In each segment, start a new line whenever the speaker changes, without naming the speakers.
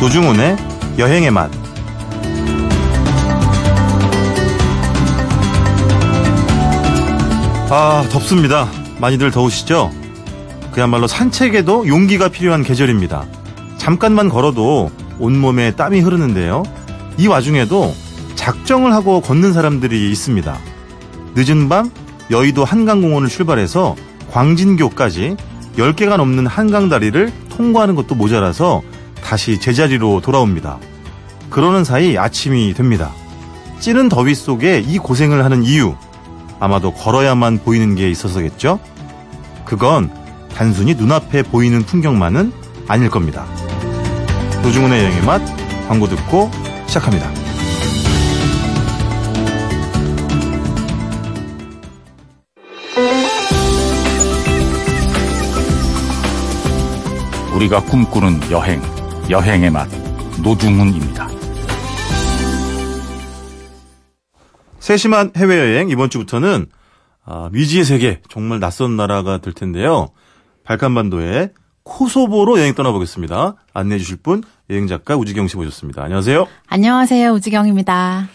노중훈의 여행의 맛. 아, 덥습니다. 많이들 더우시죠? 그야말로 산책에도 용기가 필요한 계절입니다. 잠깐만 걸어도 온몸에 땀이 흐르는데요. 이 와중에도 작정을 하고 걷는 사람들이 있습니다. 늦은 밤 여의도 한강공원을 출발해서 광진교까지 10개가 넘는 한강다리를 통과하는 것도 모자라서 다시 제자리로 돌아옵니다. 그러는 사이 아침이 됩니다. 찌는 더위 속에 이 고생을 하는 이유, 아마도 걸어야만 보이는 게 있어서겠죠? 그건 단순히 눈앞에 보이는 풍경만은 아닐 겁니다. 노중훈의 여행의 맛, 광고 듣고 시작합니다.
우리가 꿈꾸는 여행, 여행의 맛, 노중훈입니다.
세심한 해외여행 이번 주부터는 아, 미지의 세계 정말 낯선 나라가 될 텐데요. 발칸반도의 코소보로 여행 떠나보겠습니다. 안내해 주실 분 여행 작가 우지경 씨 모셨습니다. 안녕하세요.
안녕하세요. 우지경입니다.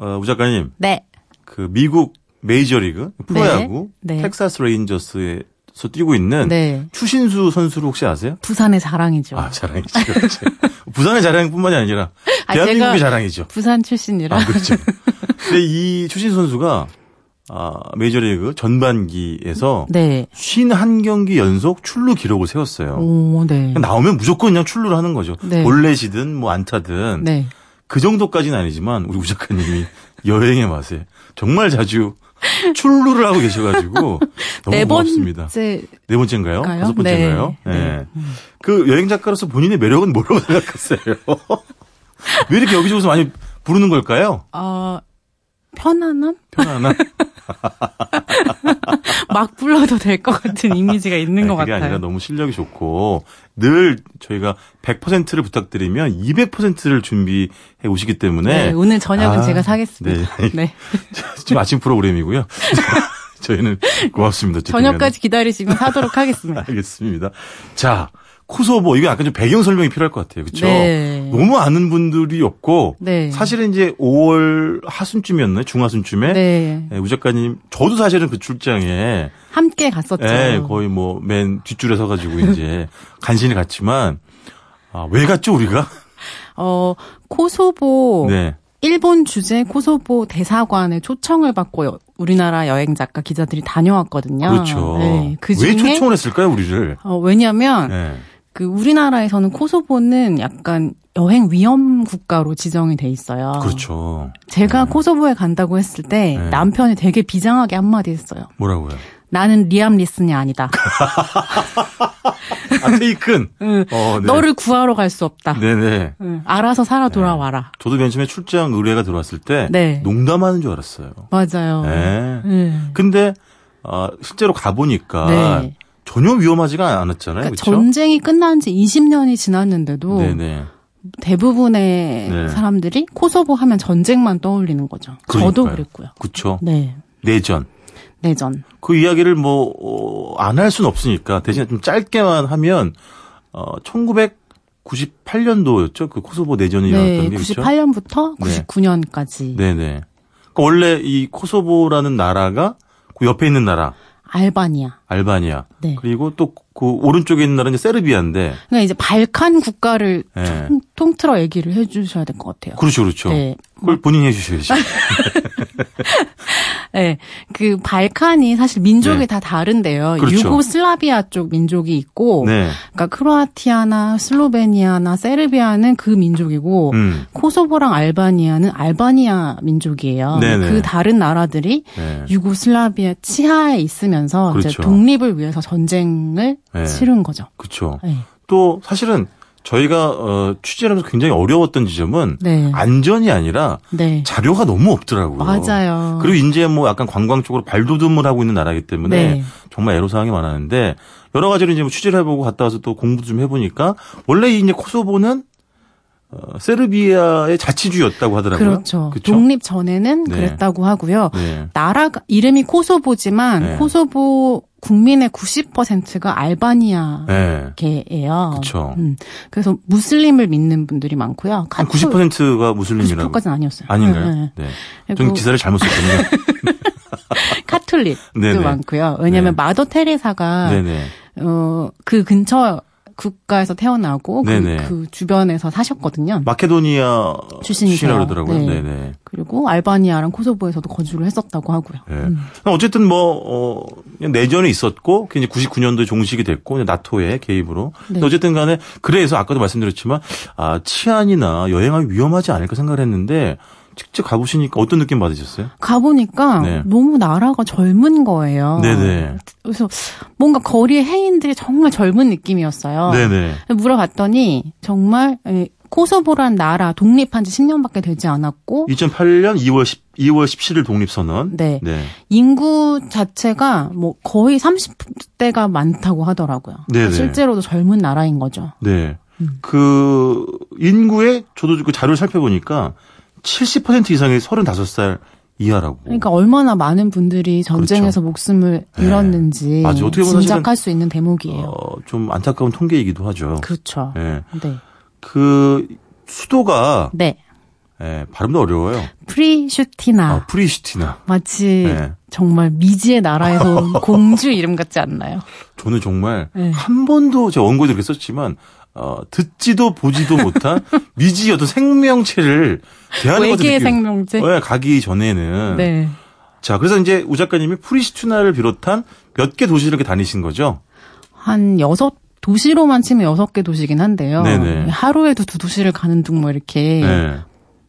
어, 우 작가님
네.
그 미국 메이저리그 프로야구
네, 네.
텍사스 레인저스에서 뛰고 있는
네.
추신수 선수를 혹시 아세요?
부산의 자랑이죠.
아 자랑이죠. 부산의 자랑뿐만이 아니라
아,
대한민국의
제가-
자랑이죠.
부산 출신이라.
아, 그렇죠. 근데 이 추신 선수가 아, 메이저리그 전반기에서
네.
51경기 연속 출루 기록을 세웠어요.
오, 네.
그냥 나오면 무조건 그냥 출루를 하는 거죠.
네.
볼넷이든 뭐 안타든
네.
그 정도까지는 아니지만 우리 우 작가님이 여행의 맛에 정말 자주 출루를 하고 계셔가지고 너무
네
고맙습니다.
번째
네 번째인가요?
가요?
다섯 번째인가요?
네.
예.
네.
그 여행 작가로서 본인의 매력은 뭐라고 생각하세요? 왜 이렇게 여기저기서 많이 부르는 걸까요?
어 편안함?
편안한
막 불러도 될 것 같은 이미지가 있는
아니,
것
네, 그게
같아요.
아니라 너무 실력이 좋고 늘 저희가 100%를 부탁드리면 200%를 준비해 오시기 때문에
네, 오늘 저녁은
아,
제가 사겠습니다.
네.
네.
지금 아침 프로그램이고요. 저희는 고맙습니다. 어쨌든
저녁까지 기다리시면 사도록 하겠습니다.
간에. 알겠습니다. 자, 코소보 이거 약간 좀 배경 설명이 필요할 것 같아요. 그렇죠?
네.
너무 아는 분들이 없고
네.
사실은 이제 5월 하순쯤이었나요? 중하순쯤에
네.
예, 우 작가님 저도 사실은 그 출장에
함께 갔었죠.
예, 거의 뭐 맨 뒷줄에 서가지고 이제 간신히 갔지만 아, 왜 갔죠 우리가?
어, 코소보
네.
일본 주재 코소보 대사관의 초청을 받고 여- 우리나라 여행 작가 기자들이 다녀왔거든요.
그렇죠.
네, 그
왜
중에
초청을 했을까요 우리를?
어, 왜냐면
네.
그 우리나라에서는 코소보는 약간 여행 위험 국가로 지정이 돼 있어요.
그렇죠.
제가 코소보에 간다고 했을 때
네.
남편이 되게 비장하게 한마디 했어요.
뭐라고요?
나는 리암 리슨이 아니다.
아 테이큰.
응,
어, 네.
너를 구하러 갈 수 없다.
네네.
응, 알아서 살아 돌아와라.
저도 맨 처음에 출장 의뢰가 들어왔을 때
네.
농담하는 줄 알았어요.
맞아요.
네.
응.
근데 아, 실제로 가보니까
네.
전혀 위험하지가 않았잖아요.
그러니까
그렇죠?
전쟁이 끝난 지 20년이 지났는데도
네네.
대부분의
네.
사람들이 코소보 하면 전쟁만 떠올리는 거죠. 저도
그러니까요.
그랬고요.
그렇죠.
네.
내전.
내전.
그 이야기를 뭐, 안 할 수는 없으니까, 대신 좀 짧게만 하면, 어, 1998년도였죠? 그 코소보 내전이
네,
일어났던 게. 그렇죠?
98년부터
네.
99년까지
네네. 그 원래 이 코소보라는 나라가, 그 옆에 있는 나라,
알바니아.
알바니아.
네.
그리고 또 그 오른쪽에 있는 나라는 이제 세르비아인데,
그러니까 이제 발칸 국가를
네.
통- 통틀어 얘기를 해주셔야 될 것 같아요.
그렇죠, 그렇죠.
네. 어.
그걸 본인이 해주셔야지.
네. 그 발칸이 사실 민족이
네.
다 다른데요.
그렇죠.
유고슬라비아 쪽 민족이 있고,
네.
그러니까 크로아티아나 슬로베니아나 세르비아는 그 민족이고,
음.
코소보랑 알바니아는 알바니아 민족이에요.
네네.
그 다른 나라들이
네.
유고슬라비아 치하에 있으면서
그렇죠.
이제 독립을 위해서 전쟁을
네.
치른 거죠.
그렇죠.
네.
또 사실은 저희가 어, 취재를 하면서 굉장히 어려웠던 지점은
네.
안전이 아니라
네.
자료가 너무 없더라고요.
맞아요.
그리고 이제 뭐 약간 관광 쪽으로 발돋움을 하고 있는 나라이기 때문에
네.
정말 애로사항이 많았는데 여러 가지로 이제 뭐 취재를 해보고 갔다 와서 또 공부 좀 해보니까 원래 이 이제 코소보는 어, 세르비아의 자치주였다고 하더라고요.
그렇죠.
그쵸?
독립 전에는
네.
그랬다고 하고요.
네.
나라 이름이 코소보지만
네.
코소보 국민의 90%가 알바니아
예.
계예요.
그쵸.
음, 그래서 무슬림을 믿는 분들이 많고요.
한 90%가 무슬림이라고.
90%까지는 아니었어요.
아닌가요?
네, 네.
네.
그리고
전 기사를 잘못 썼거든요.
카톨릭도
네네.
많고요. 왜냐하면
네.
마더 테레사가
네네.
어, 그 근처 국가에서 태어나고 그,
네네.
그 주변에서 사셨거든요.
마케도니아
출신이세요.
출신이라 그러더라고요.
네.
네. 네
그리고 알바니아랑 코소보에서도 거주를 했었다고 하고요. 음.
예. 어쨌든 뭐, 어, 그냥 내전이 있었고, 그게 이제 99년도에 종식이 됐고, 이제 나토의 개입으로. 근데
네.
어쨌든 간에, 그래서 아까도 말씀드렸지만, 아, 치안이나 여행하기 위험하지 않을까 생각을 했는데, 직접 가보시니까 어떤 느낌 받으셨어요?
가보니까
네.
너무 나라가 젊은 거예요.
네네.
그래서 뭔가 거리의 해인들이 정말 젊은 느낌이었어요.
네네.
물어봤더니 정말 에, 코소보란 나라 독립한 지 10년밖에 되지 않았고
2008년 2월 10, 2월 17일 독립선언.
네.
네.
인구 자체가 뭐 거의 30대가 많다고 하더라고요.
네네.
실제로도 젊은 나라인 거죠.
네.
음.
그, 인구의, 저도 그 자료를 살펴보니까, 70% 이상이 35살 이하라고.
그러니까 얼마나 많은 분들이 전쟁에서 목숨을
네.
잃었는지
맞아요. 어떻게 보면
짐작할 수 있는 대목이에요.
어, 좀 안타까운 통계이기도 하죠.
그렇죠.
예.
네.
그 수도가
네.
예, 발음도 어려워요.
프리슈티나.
아, 프리시티나.
마치
네.
정말 미지의 나라에서 온 공주 이름 같지 않나요?
저는 정말
네.
한 번도 제 원고에 이렇게 썼지만 어, 듣지도 보지도 못한 미지의 어떤 생명체를 대하는 것도
외계의
느끼고
생명체.
예, 가기 전에는
네.
자 그래서 이제 우 작가님이 프리시티나를 비롯한 몇 개 도시를 이렇게 다니신 거죠.
한 여섯 도시로만 치면 여섯 개 도시긴 한데요.
네네.
하루에도 두 도시를 가는 둥 뭐 이렇게
예.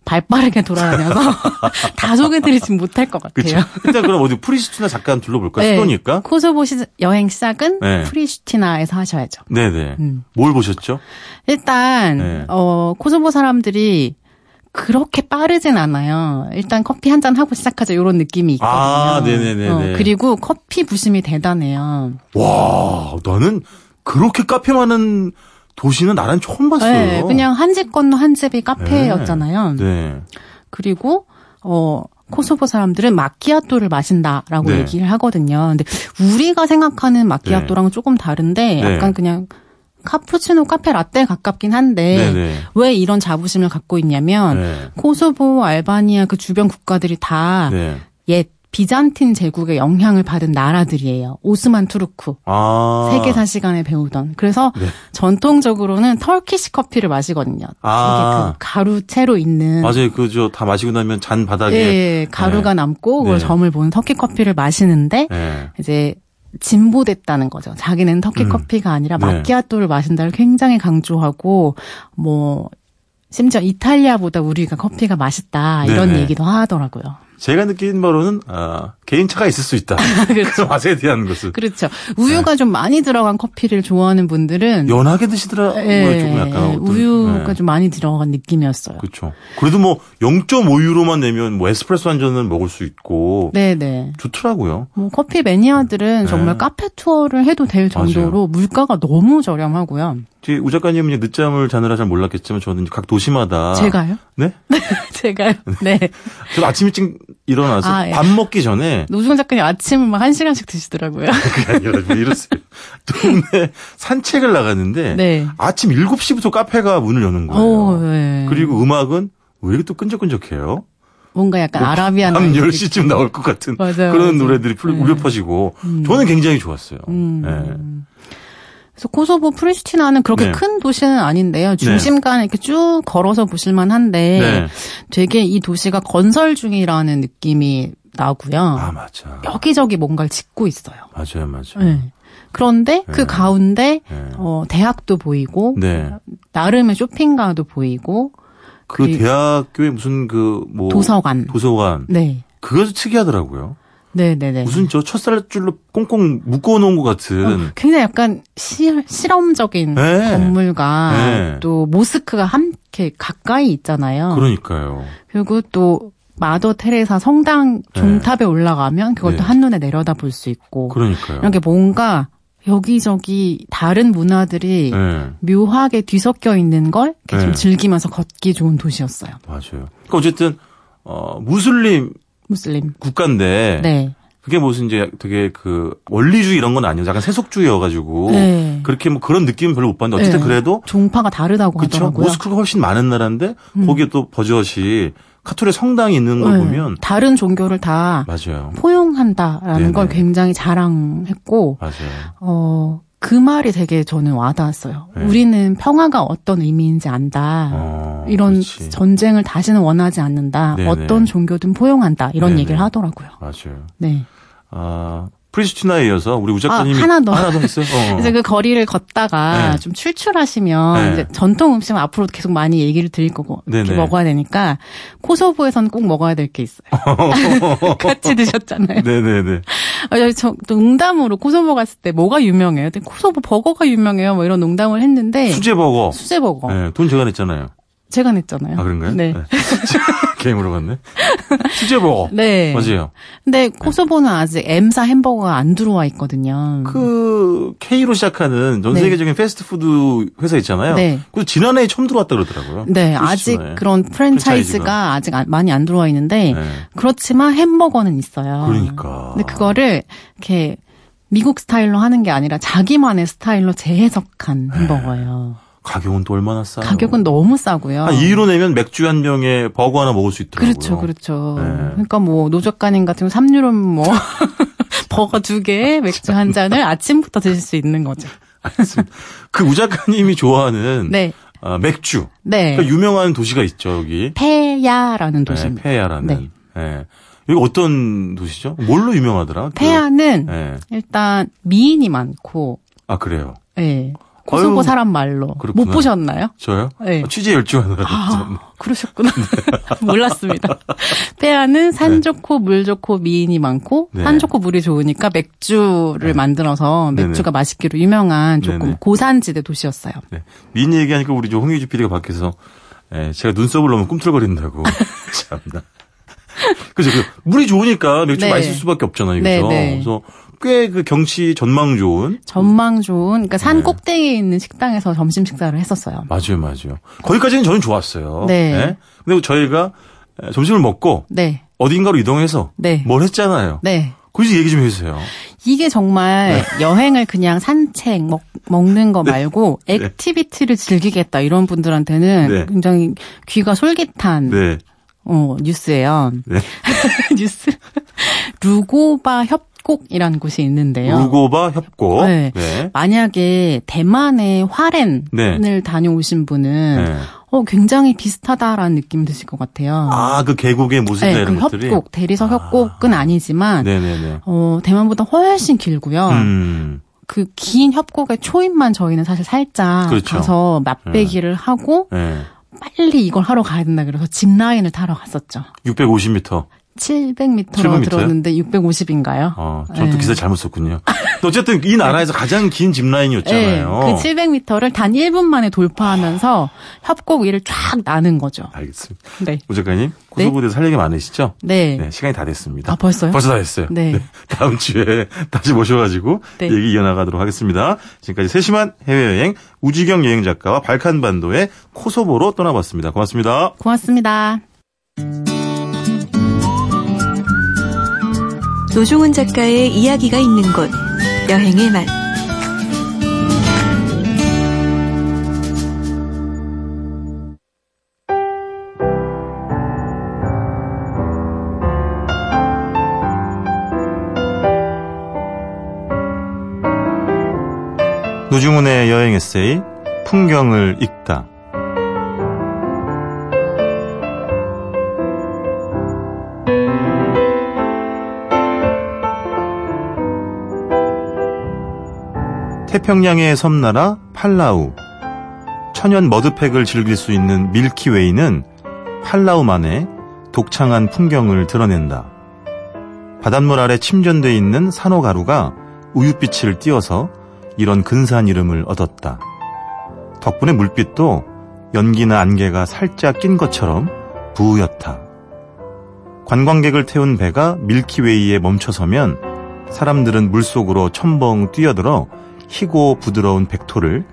발빠르게 돌아다녀서 다 소개드리진 못할 것
그렇죠.
같아요.
일단 그럼 어디 프리시티나 잠깐 둘러볼까?
네.
그 수도니까.
코소보 시- 여행 시작은
네.
프리슈티나에서 하셔야죠.
네네.
음.
뭘 보셨죠?
일단
네.
어, 코소보 사람들이 그렇게 빠르진 않아요. 일단 커피 한 잔 하고 시작하자 이런 느낌이 있거든요.
아, 네네네네.
어, 그리고 커피 부심이 대단해요.
와, 나는 그렇게 카페 많은 도시는 나란 처음 봤어요.
네, 그냥 한 집 건너 한 집이 카페였잖아요.
네.
그리고 어 코소보 사람들은 마키아토를 마신다라고
네.
얘기를 하거든요. 근데 우리가 생각하는 마키아토랑은 조금 다른데
네.
약간 그냥 카푸치노 카페 라떼에 가깝긴 한데
네, 네.
왜 이런 자부심을 갖고 있냐면
네.
코소보, 알바니아 그 주변 국가들이 다 옛
네.
비잔틴 제국의 영향을 받은 나라들이에요. 오스만 투르크
아.
세계사 시간에 배우던. 그래서
네.
전통적으로는 털키시 커피를 마시거든요.
아.
이게 그 가루채로 있는
맞아요. 그 저 다 마시고 나면 잔 바닥에
예, 가루가 남고 그걸
네.
점을 보는 터키 커피를 마시는데
네.
이제 진보됐다는 거죠. 자기는 터키
음.
커피가 아니라
네.
마키아토를 마신다를 굉장히 강조하고 뭐 심지어 이탈리아보다 우리가 커피가 맛있다 이런
네네.
얘기도 하더라고요.
제가 느낀 바로는 아, 개인차가 있을 수 있다.
그렇죠.
그 맛에 대한 것은
그렇죠.
네.
우유가 좀 많이 들어간 커피를 좋아하는 분들은
연하게 드시더라고요. 뭐
예,
조금 약간 어떤-
그렇죠. 우유가
네.
좀 많이 들어간 느낌이었어요.
그렇죠. 그래도 뭐 0.5유로만 내면 뭐 에스프레소 한 잔은 먹을 수 있고
네네.
좋더라고요.
뭐 커피 매니아들은
네.
정말 카페 투어를 해도 될 정도로 물가가 너무 저렴하고요.
저희 우 작가님은 이제 늦잠을 자느라 잘 몰랐겠지만 저는 이제 각 도시마다
제가요?
네?
제가요? 네.
저도 아침 일찍 일어나서
아, 예.
밥 먹기 전에
노중 작가님 아침을 막 한 시간씩 드시더라고요.
그게 아니라 뭐 이랬어요. 동네 산책을 나갔는데
네.
아침 7시부터 카페가 문을 여는 거예요.
오, 네.
어, 그리고 음악은 왜 이렇게 또 끈적끈적해요?
뭔가 약간
뭐
아라비안
밤
아이들이-
10시쯤 나올 것 같은
맞아요,
그런
맞아요.
노래들이 풀-
네.
울려 퍼지고 저는 굉장히 좋았어요.
음.
예.
그래서 코소보 프리슈티나는 그렇게
네.
큰 도시는 아닌데요. 중심간 이렇게 쭉 걸어서 보실만 한데
네.
되게 이 도시가 건설 중이라는 느낌이 나고요.
아, 맞아.
어. 여기저기 뭔가를 짓고 있어요.
맞아요, 맞아요.
네. 그런데 그
그렇죠. 네.
가운데
네.
어, 대학도 보이고
네.
나름의 쇼핑가도 보이고
그
그리고
대학교에 무슨 그 뭐
도서관.
도서관
네.
그것도 특이하더라고요.
네, 네, 네.
무슨 저 첫살줄로 꽁꽁 묶어 놓은 것 같은
어, 굉장히 약간 시, 실험적인
음. 네.
건물과
네.
또 모스크가 함께 가까이 있잖아요.
그러니까요.
그리고 또 마더 테레사 성당 종탑에 올라가면 그것도
네. 그렇죠.
한눈에 내려다 볼 수 있고
그러니까요.
이렇게 뭔가 여기저기 다른 문화들이
예,
묘하게 뒤섞여 있는 걸 이렇게 좀
네.
즐기면서 걷기 좋은 도시였어요.
맞아요. 그러니까 어쨌든 어, 무슬림
무슬림.
국가인데
네.
그게 무슨 이제 되게 그 원리주의 이런 건 아니에요. 약간 세속주의여가지고
네.
그렇게 뭐 그런 느낌은 별로 못 봤는데 어쨌든
네.
그래도
종파가 다르다고
그쵸
하더라고요.
모스크가 훨씬 많은 나라인데
음.
거기에 또 버젓이 카톨릭 성당이 있는 걸
네.
보면
다른 종교를 다
맞아요,
포용한다라는
네네.
걸 굉장히 자랑했고
맞아요.
어 그 말이 되게 저는 와닿았어요.
네.
우리는 평화가 어떤 의미인지 안다.
어,
이런
그렇지.
전쟁을 다시는 원하지 않는다.
네네.
어떤 종교든 포용한다. 이런
네네.
얘기를 하더라고요.
맞아요.
네.
아 프리스티나에 이어서 우리 우 작가님이
아, 하나 더.
하나 더 했어요. 어, 어.
그래서 그 거리를 걷다가
네.
좀 출출하시면
네.
이제 전통 음식은 앞으로 계속 많이 얘기를 드릴 거고 이렇게
네네.
먹어야 되니까 코소보에서는 꼭 먹어야 될 게 있어요. 같이 드셨잖아요.
네네네.
아, 저희 저, 또 농담으로 코소보 갔을 때 뭐가 유명해요? 근데 코소보 버거가 유명해요. 뭐 이런 농담을 했는데
수제버거.
수제버거
네, 돈 제가 냈잖아요.
제가 냈잖아요.
아 그런가요?
네.
괜히 물어봤네. 수제버거.
네.
맞아요.
근데 코소보는 아직 M사 햄버거가 안 들어와 있거든요.
그 K로 시작하는 전
네.
세계적인 패스트푸드 회사 있잖아요.
네.
그 지난해에 처음 들어왔다 그러더라고요.
네,
크리스마에.
아직 그런 프랜차이즈가
프랜차이즈가.
아직 안- 많이 안 들어와 있는데
네.
그렇지만 햄버거는 있어요.
그러니까.
근데 그거를 이렇게 미국 스타일로 하는 게 아니라 자기만의 스타일로 재해석한 햄버거예요.
가격은 또 얼마나 네. 싸요?
가격은 너무 싸고요.
한 2유로 내면 맥주 한 병에 버거 하나 먹을 수 있더라고요.
그렇죠, 그렇죠.
네.
그러니까 뭐 노적가님 같은 경우 3유로 뭐 버거 두 개, 맥주 한 잔을 아침부터 드실 수 있는 거죠.
알겠습니다. 그 우작가님이 좋아하는
네,
아, 맥주.
네.
그러니까 유명한 네, 도시가 있죠, 여기.
페야라는 도시입니다.
페야라는
네.
여기 어떤 도시죠? 뭘로 유명하더라? 그-
페야는
예.
일단 미인이 많고,
아, 그래요.
예. 코소보
아유,
사람 말로
그렇구나.
못 보셨나요?
저요?
네.
아, 취재 열중하느라.
아, 그러셨구나. 몰랐습니다. 페아는 산
네.
좋고 물 좋고 미인이 많고
네.
산 좋고 물이 좋으니까 맥주를 만들어서
네네.
맥주가 맛있기로 유명한 조금
네네.
고산지대 도시였어요.
네. 미인 얘기하니까 우리 저 홍유주 PD가 밖에서 예, 제가 눈썹을 너무 꿈틀거린다고. 참나. 그죠. 그 물이 좋으니까 맥주
네.
마실 수밖에 없잖아요.
네,
그죠?
네.
그래서 꽤 그 경치 전망 좋은
전망 좋은 그러니까 산
네.
꼭대기에 있는 식당에서 점심 식사를 했었어요.
맞아요, 맞아요. 거기까지는 저는 좋았어요.
네.
예? 근데 저희가 에, 점심을 먹고
네.
어딘가로 이동해서
네.
뭘 했잖아요.
네.
굳이 얘기 좀 해주세요.
이게 정말
네.
여행을 그냥 산책, 먹, 먹는 거 말고 액티비티를 즐기겠다 이런 분들한테는
네.
굉장히 귀가 솔깃한
네.
어, 뉴스예요.
네.
뉴스. 루고바 협곡이라는 곳이 있는데요.
우고바 협곡.
네. 만약에 대만의 화렌을
네.
다녀오신 분은
네.
어, 굉장히 비슷하다라는 느낌 드실 것 같아요.
아, 그 계곡의 모습이나
네, 그
이런 것들이. 아.
협곡, 대리석 협곡은 아니지만
네네네.
어, 대만보다 훨씬 길고요.
음.
그 긴 협곡의 초입만 저희는 사실 살짝
그렇죠.
가서 맛배기를 하고
네.
빨리 이걸 하러 가야 된다 그래서 짚 라인을 타러 갔었죠.
650m.
700m로
700m 요?
들었는데 650인가요?
어, 저도
네.
기사 잘못 썼군요. 근데 어쨌든 이 나라에서 가장 긴 짚라인이었잖아요.
그 700m를 단 1분 만에 돌파하면서 협곡 위를 쫙 나는 거죠.
알겠습니다.
네.
오 작가님, 고소부대에서 할 얘기 많으시죠?
네.
네, 시간이 다 됐습니다.
아, 벌써요?
벌써 다 됐어요.
네.
다음 주에 다시 모셔가지고
네.
얘기 이어나가도록 하겠습니다. 지금까지 세심한 해외여행 우지경 여행 작가와 발칸반도의 코소보로 떠나봤습니다. 고맙습니다.
고맙습니다.
노중훈 작가의 이야기가 있는 곳 여행의 맛
노중훈의 여행 에세이 풍경을 읽다. 태평양의 섬나라 팔라우. 천연 머드팩을 즐길 수 있는 밀키웨이는 팔라우만의 독창한 풍경을 드러낸다. 바닷물 아래 침전돼 있는 산호 가루가 우윳빛을 띄어서 이런 근사한 이름을 얻었다. 덕분에 물빛도 연기나 안개가 살짝 낀 것처럼 부우였다. 관광객을 태운 배가 밀키웨이에 멈춰서면 사람들은 물속으로 첨벙 뛰어들어 희고 부드러운 백토를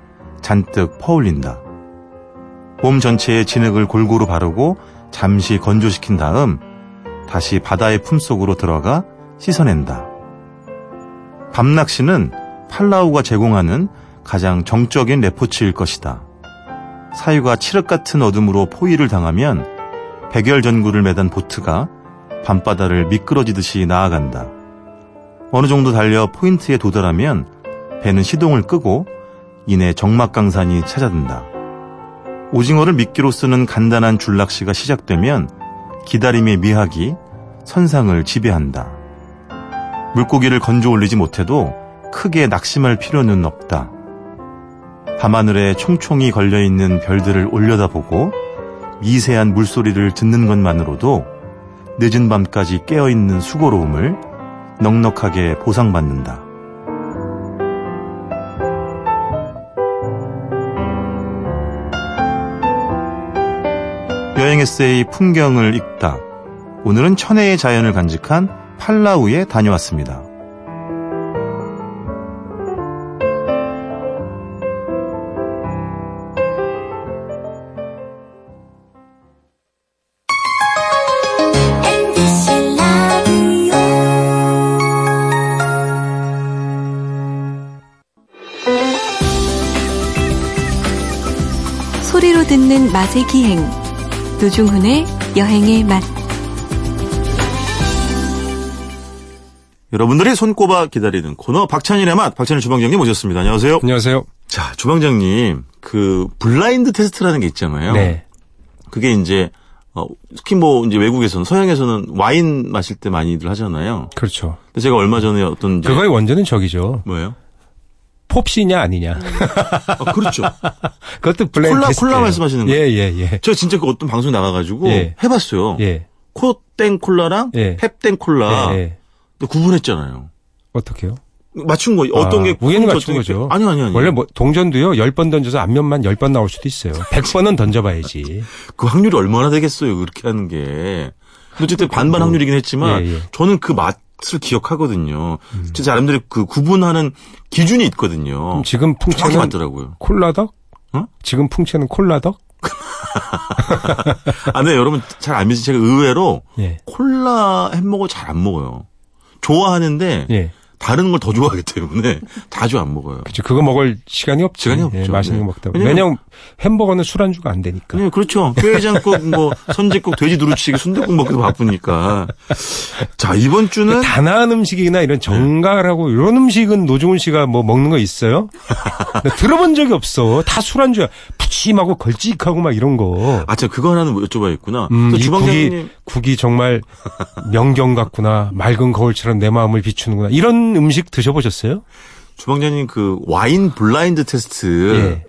잔뜩 퍼올린다. 몸 전체에 진흙을 골고루 바르고 잠시 건조시킨 다음 다시 바다의 품속으로 들어가 씻어낸다. 밤낚시는 팔라우가 제공하는 가장 정적인 레포츠일 것이다. 사유가 칠흑 같은 어둠으로 포위를 당하면 백열 전구를 매단 보트가 밤바다를 미끄러지듯이 나아간다. 어느 정도 달려 포인트에 도달하면 배는 시동을 끄고 이내 정막강산이 찾아든다. 오징어를 미끼로 쓰는 간단한 줄낚시가 시작되면 기다림의 미학이 선상을 지배한다. 물고기를 건져 올리지 못해도 크게 낙심할 필요는 없다. 밤하늘에 총총히 걸려있는 별들을 올려다보고 미세한 물소리를 듣는 것만으로도 늦은 밤까지 깨어있는 수고로움을 넉넉하게 보상받는다. 여행 에세이 풍경을 읽다. 오늘은 천혜의 자연을 간직한 팔라우에 다녀왔습니다.
MBC 라디오
소리로 듣는 맛의 기행. 노중훈의 여행의 맛.
여러분들이 손꼽아 기다리는 코너 박찬일의 맛 박찬일 주방장님 모셨습니다. 안녕하세요.
안녕하세요.
자 주방장님 그 블라인드 테스트라는 게 있잖아요.
네.
그게 이제 어, 특히 뭐 이제 외국에서는 서양에서는 와인 마실 때 많이들 하잖아요.
그렇죠.
근데 제가 얼마 전에 어떤 이제
그거의 원전은 저기죠.
뭐예요?
pop시냐 아니냐.
아, 그렇죠.
그것도 블렌드
콜라- 콜라 말씀하시는 거예요?
예예예. 예,
저 진짜 그 어떤 방송 에 나가가지고
예.
해봤어요.
예.
코땡 콜라랑
예.
펩땡 콜라
예, 예.
근데 구분했잖아요.
어떻게요?
맞춘 거 어떤
아,
게
우연히
콜라인지
맞춘
어떤 게
거죠.
펩- 아니요 아니요 아니요.
원래 뭐 동전도요. 10번 던져서 앞면만 10번 나올 수도 있어요. 100번은 던져봐야지.
그 확률이 얼마나 되겠어요 그렇게 하는 게 어쨌든 반반 확률이긴 했지만
예, 음. 예.
저는 그 맛을 기억하거든요 진짜 사람들이 그 구분하는 기준이 있거든요
그럼 음, 지금
정확히
풍채는
맞더라고요
콜라덕?
어. 응?
지금 풍채는 콜라덕?
아 근데 여러분 잘 안 믿으시 제가 의외로
예.
콜라 햄버거 잘 안 먹어요 좋아하는데
예. 그러니까.
다른 걸 더 좋아하기 때문에 자주 안 먹어요
그치. 그거 먹을 시간이 없지.
시간이 없죠.
예, 맛있는
네.
거 먹다.
왜냐면-
왜냐면, 햄버거는 술안주가 안 되니까.
그냥 그렇죠. 뼈해장국, 뭐 선지국, 돼지 두루치기, 순대국 먹기도 바쁘니까. 자 이번 주는
단아한 그 음식이나 이런 정갈하고 이런 음식은 노중훈 씨가 뭐 먹는 거 있어요? 나 들어본 적이 없어. 다 술안주야. 푸짐하고 걸찍하고 막 이런 거.
아, 참, 그거 하나는 여쭤봐야겠구나.
음,
또
이
주방장님,
국이, 국이 정말 명경 같구나. 맑은 거울처럼 내 마음을 비추는구나. 이런 음식 드셔보셨어요?
주방장님 그 와인 블라인드 테스트
예.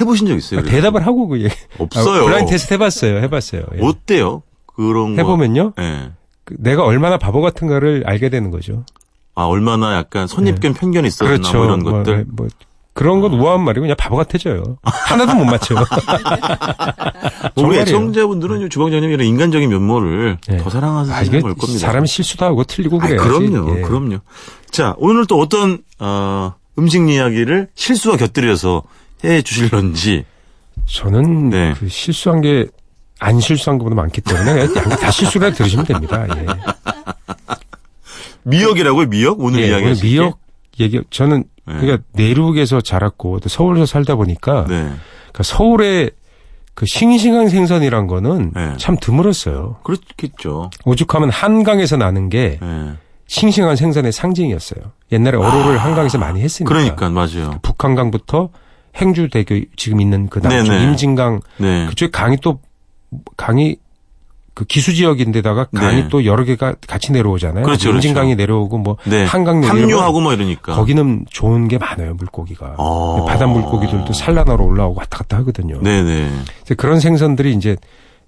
해보신 적 있어요?
아,
그래서?
대답을 하고 그 얘기.
없어요.
아, 블라인 테스트 해봤어요. 해봤어요. 예.
어때요? 그런 거.
해보면요.
예.
그 내가 얼마나 바보 같은가를 알게 되는 거죠.
아, 얼마나 약간 선입견 편견이 있었나
예. 그렇죠.
뭐 이런
뭐,
것들.
뭐, 그런 건 우아한 말이고 그냥 바보 같아져요. 하나도 못 맞춰.
우리
뭐, 정말이에요.
애청자분들은 주방장님 이런 인간적인 면모를
예.
더 사랑하는
아, 이게
걸 겁니다.
사람이 실수도 하고 틀리고 예.
아,
그래요.
그럼요, 그럼요. 자, 오늘 또 어떤 어, 음식 이야기를 실수와 곁들여서 해 주실런지.
저는
네.
그 실수한 게 안 실수한 것보다 많기 때문에 그냥 양다 실수라 들으시면 됩니다. 예.
미역이라고요, 미역? 오늘
예,
이야기
오늘 미역 얘기 저는
네.
그러니까 내륙에서 자랐고 또 서울에서 살다 보니까
네.
그러니까 서울의 그 싱싱한 생선이란 거는
네.
참 드물었어요.
그렇겠죠.
오죽하면 한강에서 나는 게
예.
싱싱한 생선의 상징이었어요. 옛날에 어로를 한강에서 많이 했으니까.
아. 그러니까 맞아요.
북한강부터 행주대교 지금 있는 그 남쪽
네네.
임진강
네.
그쪽에 강이 또 강이 그 기수 지역인데다가 강이
네.
또 여러 개가 같이 내려오잖아요.
그렇죠, 그렇죠.
임진강이 내려오고 뭐
네.
한강 내려오고
합류하고 뭐 이러니까.
거기는 좋은 게 많아요 물고기가
아.
바닷 물고기들도 산란하러 올라오고 왔다 갔다 하거든요.
네네.
근데 그런 생선들이 이제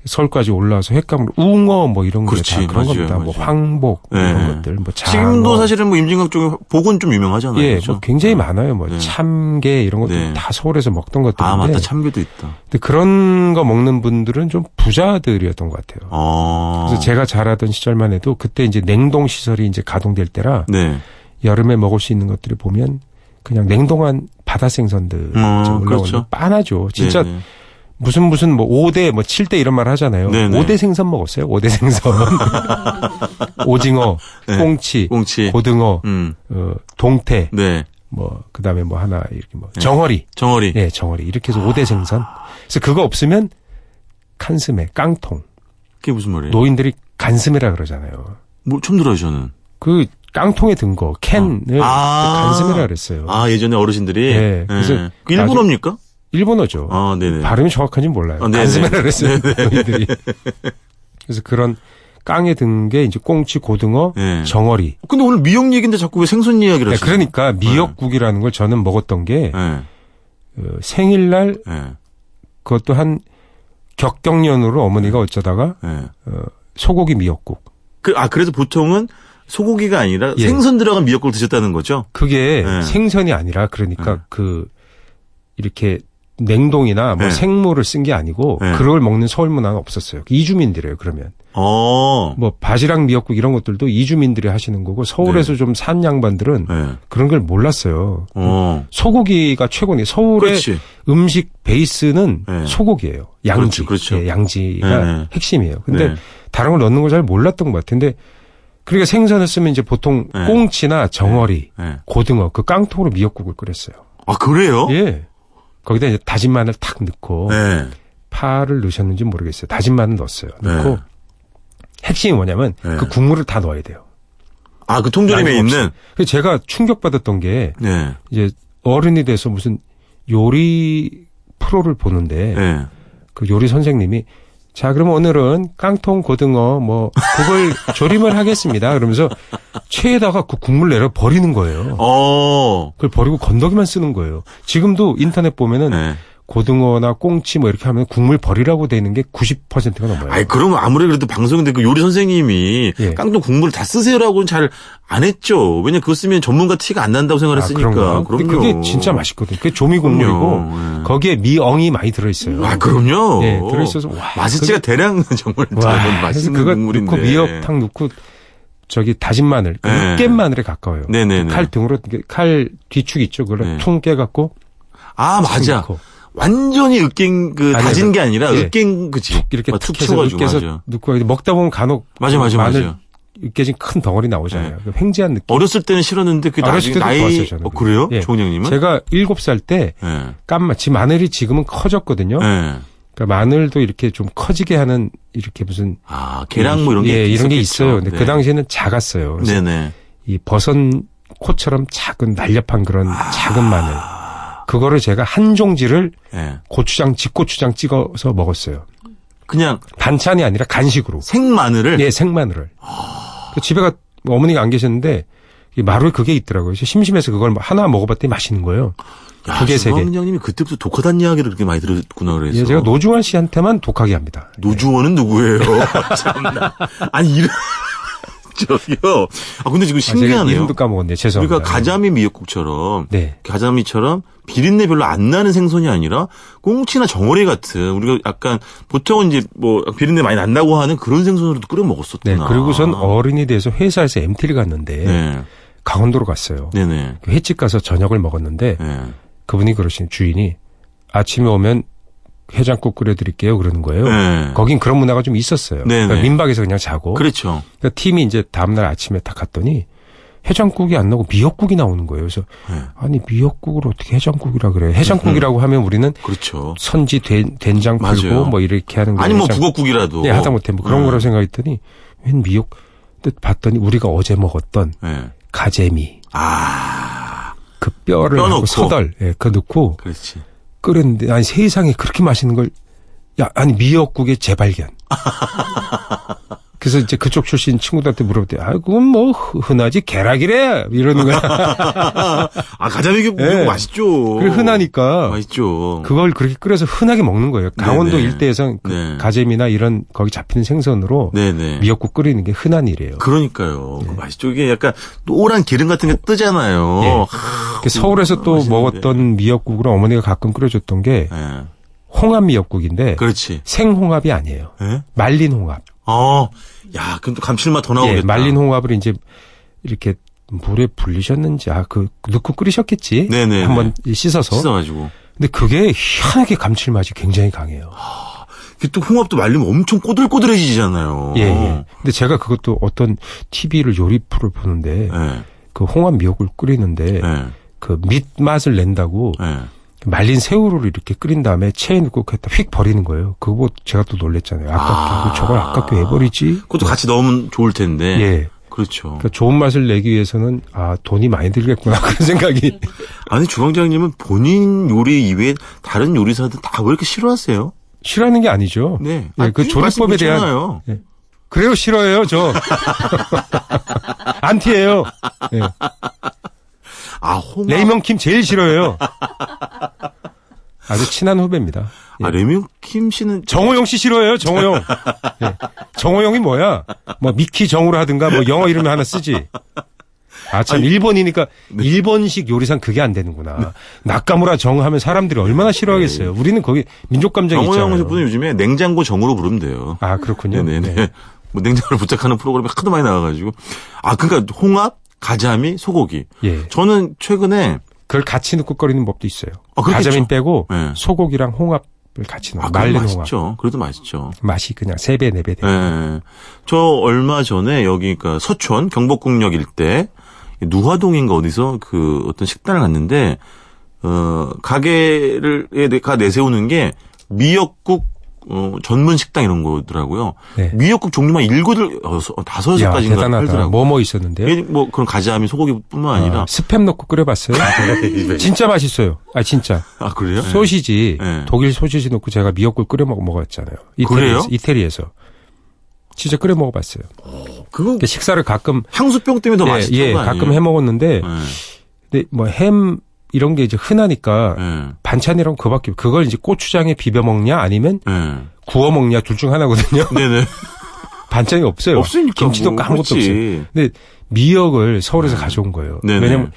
서울까지 올라와서 횟감으로 웅어 뭐 이런 거 다
그렇지,
그런
맞아요,
겁니다. 뭐
맞아요.
황복 뭐
네.
이런 것들 뭐 장어
지금도 사실은 뭐 임진강 쪽에 복은 좀 유명하잖아요.
예,
그죠?
뭐 굉장히 많아요. 뭐
네.
참게 이런 것들
네.
다 서울에서 먹던 것들인데
아, 맞다. 참기도 있다.
근데 그런 거 먹는 분들은 좀 부자들이었던 것 같아요.
어.
그래서 제가 자라던 시절만 해도 그때 이제 냉동 시설이 이제 가동될 때라
네.
여름에 먹을 수 있는 것들을 보면 그냥 냉동한 바다 생선들
음,
올라오는
그렇죠.
거 빤하죠. 진짜
네네.
무슨 무슨 뭐 5대 뭐 7대 이런 말 하잖아요.
네네.
5대 생선 먹었어요. 5대 생선. 오징어,
네.
꽁치,
꽁치.
고등어,
음.
어, 동태,
네.
뭐 그다음에 뭐 하나 이렇게 뭐 정어리.
정어리.
예, 정어리. 이렇게 해서 5대 생선. 그래서 그거 없으면 칸스메, 깡통.
그게 무슨 말이에요?
노인들이 간스메라 그러잖아요.
뭐, 처음 들어요, 저는.
그 깡통에 든 거, 캔을
아.
간스메라 그랬어요.
아, 예전에 어르신들이.
예,
예.
그래서
그 일본어입니까?
일본어죠.
아, 네네.
발음이 정확한지 몰라요.
아, 네네.
간스메라 그랬어요. 노인들이. 그래서 그런 깡에 든 게 이제 꽁치, 고등어,
예.
정어리.
근데 오늘 미역 얘기인데 자꾸 왜 생선 이야기를
네,
하시죠?
그러니까 미역국이라는 걸 저는 먹었던 게
예.
어, 생일날
예.
그것도 한 격경년으로 어머니가 어쩌다가
예.
소고기 미역국.
그, 아, 그래서 보통은 소고기가 아니라
예.
생선 들어간 미역국을 드셨다는 거죠?
그게
네.
생선이 아니라 그러니까
네.
그 이렇게 냉동이나 뭐
네.
생물을 쓴 게 아니고
네.
그걸 먹는 서울 문화는 없었어요. 이주민들이에요. 그러면
어.
뭐 바지락 미역국 이런 것들도 이주민들이 하시는 거고 서울에서
네.
좀 산 양반들은
예.
그런 걸 몰랐어요. 음.
어.
소고기가 최고니 서울의
그렇지.
음식 베이스는
네.
소고기예요. 양지,
그렇죠, 그렇죠.
예,
네,
양지가
네.
핵심이에요. 근데
네.
다른 걸 넣는 걸 잘 몰랐던 것 같은데 그러니까 생선을 쓰면 이제 보통
네.
꽁치나 정어리,
예.
고등어 그 깡통으로 미역국을 끓였어요.
아, 그래요?
예. 거기다 이제 다진 마늘 탁 넣고
예.
파를 넣으셨는지 모르겠어요. 다진 마늘 넣었어요. 넣고
네.
핵심이 뭐냐면
네.
그 국물을 다 넣어야 돼요.
아, 그 통조림에
나중에
있는?
그래서 제가 충격받았던 게
네.
이제 어른이 돼서 무슨 요리 프로를 보는데
예.
그 요리 선생님이 자, 그럼 오늘은 깡통 고등어 뭐 그걸 조림을 하겠습니다. 그러면서 체에다가 그 국물 내려 버리는 거예요.
어.
그걸 버리고 건더기만 쓰는 거예요. 지금도 인터넷 보면은
네.
고등어나 꽁치 뭐 이렇게 하면 국물 버리라고 돼 있는 게 90%가 넘어요.
아니, 그러면 아무리 그래도 방송인데 그 요리 선생님이
예.
깡통 국물을 다 쓰세요라고는 잘 안 했죠. 왜냐, 그거 쓰면 전문가 티가 안 난다고 생각을 했으니까.
아, 그런가요? 근데
그럼요.
그게 진짜 맛있거든요. 그게 조미 국물이고
그럼요. 예.
거기에 미엉이 많이 들어 있어요.
아, 그럼요.
예, 들어있어서 와,
맛있지가 대량 정말
와,
들어간
그래서
맛있는
그거
국물인데.
넣고 미역탕 넣고 저기 다진 마늘, 그
네.
으깬 마늘에 가까워요.
네네네.
칼 등으로 이렇게 칼 뒤축 있죠. 그걸
네.
퉁 깨갖고
아, 맞아.
넣고
완전히 으깬 그
아니,
다진 게 아니라
예.
으깬 그치.
이렇게
막
툭 해서
튀겨가지고,
으깨서
맞아.
넣고 먹다 보면 간혹
맞아, 맞아,
마늘
맞아. 네.
으깨진 큰 덩어리 나오잖아요. 그 횡재한 느낌.
어렸을 때는 싫었는데 그
아, 어렸을
나중에
때도
나이
좋았어요, 저는.
어, 그래요?
예.
종영님은?
제가 일곱 살 때
예.
깐마, 지 마늘이 지금은 커졌거든요.
예.
그러니까 마늘도 이렇게 좀 커지게 하는 이렇게 무슨
아, 계량 뭐 이런 게
예, 이런 게
있었겠죠.
있어요. 근데
네.
그 당시에는 작았어요. 그래서
네네.
이 버선 코처럼 작은 날렵한 그런
아.
작은 마늘. 그거를 제가 한 종지를
예.
고추장, 직고추장 찍어서 먹었어요.
그냥
반찬이 아니라 간식으로.
생마늘을
예, 생마늘을. 그 집에가 어머니가 안 계셨는데 이 마루에 그게 있더라고요. 그래서 심심해서 그걸 뭐 하나 먹어봤더니 맛있는 거예요.
야,
두 개, 세 개.
주방장님이 그때부터 독하다는 이야기를 그렇게 많이 들었구나 그래서.
예, 제가 노중환 씨한테만 독하게 합니다. 아,
노주원은 누구예요? 참나. 아니 이런 저기요. 아 근데 지금
아, 제가
신기하네요.
이름도 그렇죠. 까먹었네요. 죄송합니다.
그러니까 가자미 미역국처럼
네.
가자미처럼 비린내 별로 안 나는 생선이 아니라 꽁치나 정어리 같은 우리가 약간 보통은 이제 뭐 비린내 많이 난다고 하는 그런 생선으로도 끓여
네,
먹었었구나.
그리고선 어른이 돼서 회사에서 MT를 갔는데
아. 네.
강원도로 갔어요.
네네.
그 횟집 가서 저녁을 먹었는데
네.
그분이 그러신 주인이 아침에 오면 해장국 끓여드릴게요 그러는 거예요.
네.
거긴 그런 문화가 좀 있었어요.
네네.
그러니까 민박에서 그냥 자고
그렇죠.
그러니까 팀이 이제 다음날 아침에 다 갔더니 해장국이 안 나오고 미역국이 나오는 거예요. 그래서
네.
아니 미역국을 어떻게 해장국이라 그래요? 해장국이라고 하면 우리는
그렇죠.
선지 된, 된장
맞아요.
풀고 뭐 이렇게 하는 거
아니 뭐
해장-
북어국이라도.
네, 하다못해 뭐 그런
네.
거라고 생각했더니 웬 미역 근데 봤더니 우리가 어제 먹었던
네.
가재미
아,
그 뼈를
뼈 넣고.
하고 서덜 예, 그거 넣고
그렇지.
끓였는데 아니 세상에 그렇게 맛있는 걸 야, 아니 미역국의 재발견. 그래서 이제 그쪽 출신 친구들한테 물어볼 때, 아, 그건 뭐 흔- 흔하지 개락이래 이러는 거야.
아, 가자미 미역국
예.
맛있죠.
그게 흔하니까
맛있죠.
그걸 그렇게 끓여서 흔하게 먹는 거예요. 강원도
네네.
일대에서 그
네.
가재미나 이런 거기 잡히는 생선으로
네네.
미역국 네. 끓이는 게 흔한 일이에요.
그러니까요. 그 맛있죠. 이게 약간 노란 기름 같은 게 뜨잖아요.
예.
하,
그 서울에서 또
맛있는데.
먹었던 미역국을 어머니가 가끔 끓여줬던 게
예.
홍합 미역국인데
그렇지.
생홍합이 아니에요.
예?
말린 홍합.
어, 야, 그럼 또 감칠맛 더 나오겠다.
예, 말린 홍합을 이제 이렇게 물에 불리셨는지 아 그 넣고 끓이셨겠지.
네네.
한번 씻어서
씻어가지고.
근데 그게 희한하게 감칠맛이 굉장히 강해요.
아. 이게 또 홍합도 말리면 엄청 꼬들꼬들해지잖아요.
예, 예. 근데 제가 그것도 어떤 TV를 요리 프로를 보는데
예,
그 홍합 미역을 끓이는데
예,
그 밑맛을 낸다고
예.
말린 새우를 이렇게 끓인 다음에 체에 넣고 했다 휙 버리는 거예요. 그거 제가 또 놀랬잖아요. 아깝게 그
아.
저걸 아깝게 왜 버리지?
그것도 네. 같이 넣으면 좋을 텐데.
예.
그렇죠.
그러니까 좋은 맛을 내기 위해서는 아 돈이 많이 들겠구나 그런 생각이
아니 주방장님은 본인 요리 이외에 다른 요리사들 다 왜 이렇게 싫어하세요?
싫어하는 게 아니죠.
네.
예, 그 조리법에 대한 예.
요
그래요 싫어해요 저 안티예요. 예.
아 홍합.
레이먼 킴 제일 싫어해요. 아주 친한 후배입니다.
아 레이먼 킴 씨는
정호영 씨 싫어해요, 정호영. 예. 정호영이 뭐야? 뭐 미키 정우로 하든가 뭐 영어 이름 하나 쓰지. 아, 참, 일본이니까,
네.
일본식 요리상 그게 안 되는구나. 나카무라 정 하면 사람들이 얼마나 싫어하겠어요. 우리는 거기 민족감정이
네. 정호
있잖아요.
형 분은 요즘에 냉장고 정으로 부르면 돼요.
아, 그렇군요.
네네네.
네.
뭐 냉장고를 부착하는 프로그램이 하도 많이 나와가지고 아 그러니까 홍합, 가자미, 소고기.
예.
저는 최근에
그걸 같이 넣고 끓이는 법도 있어요.
아, 그렇겠죠.
가자민 빼고,
네.
소고기랑 홍합을 같이
아
넣어. 요
그래도
말린 홍합.
맛있죠. 그래도 맛있죠.
맛이 그냥 세배네배 돼요.
예. 저 얼마 전에 여기 그러니까 서촌 경복궁역 일대 누화동인가 어디서 그 어떤 식당을 갔는데 어 가게를 에 가 내세우는 게 미역국 어, 전문 식당 이런 거더라고요.
네.
미역국 종류만 일곱 여섯 다섯
야,
여섯까지인가
대단하다.
팔더라고요.
뭐뭐 있었는데요?
예, 뭐 그런 가지함이 소고기뿐만 아니라 네,
아, 스팸 넣고 끓여봤어요. 진짜 맛있어요. 아 진짜
아 그래요?
소시지
네.
독일 소시지 넣고 제가 미역국 끓여 먹어 먹었잖아요.
그래요?
이태리에서, 이태리에서 진짜 끓여 먹어봤어요.
그거
근데 식사를 가끔
향수병 때문에 더
예,
맛있던
예,
거 아니에요?
가끔 해 먹었는데
예,
근데 뭐 햄 이런 게 이제 흔하니까
예,
반찬이랑 그밖에 그걸 이제 고추장에 비벼 먹냐 아니면
예.
구워 먹냐 둘 중 하나거든요.
네네
반찬이 없어요.
없으니까
김치도
뭐,
아무것도
그렇지.
없어요. 근데 미역을 서울에서 가져온 거예요.
네네.
왜냐면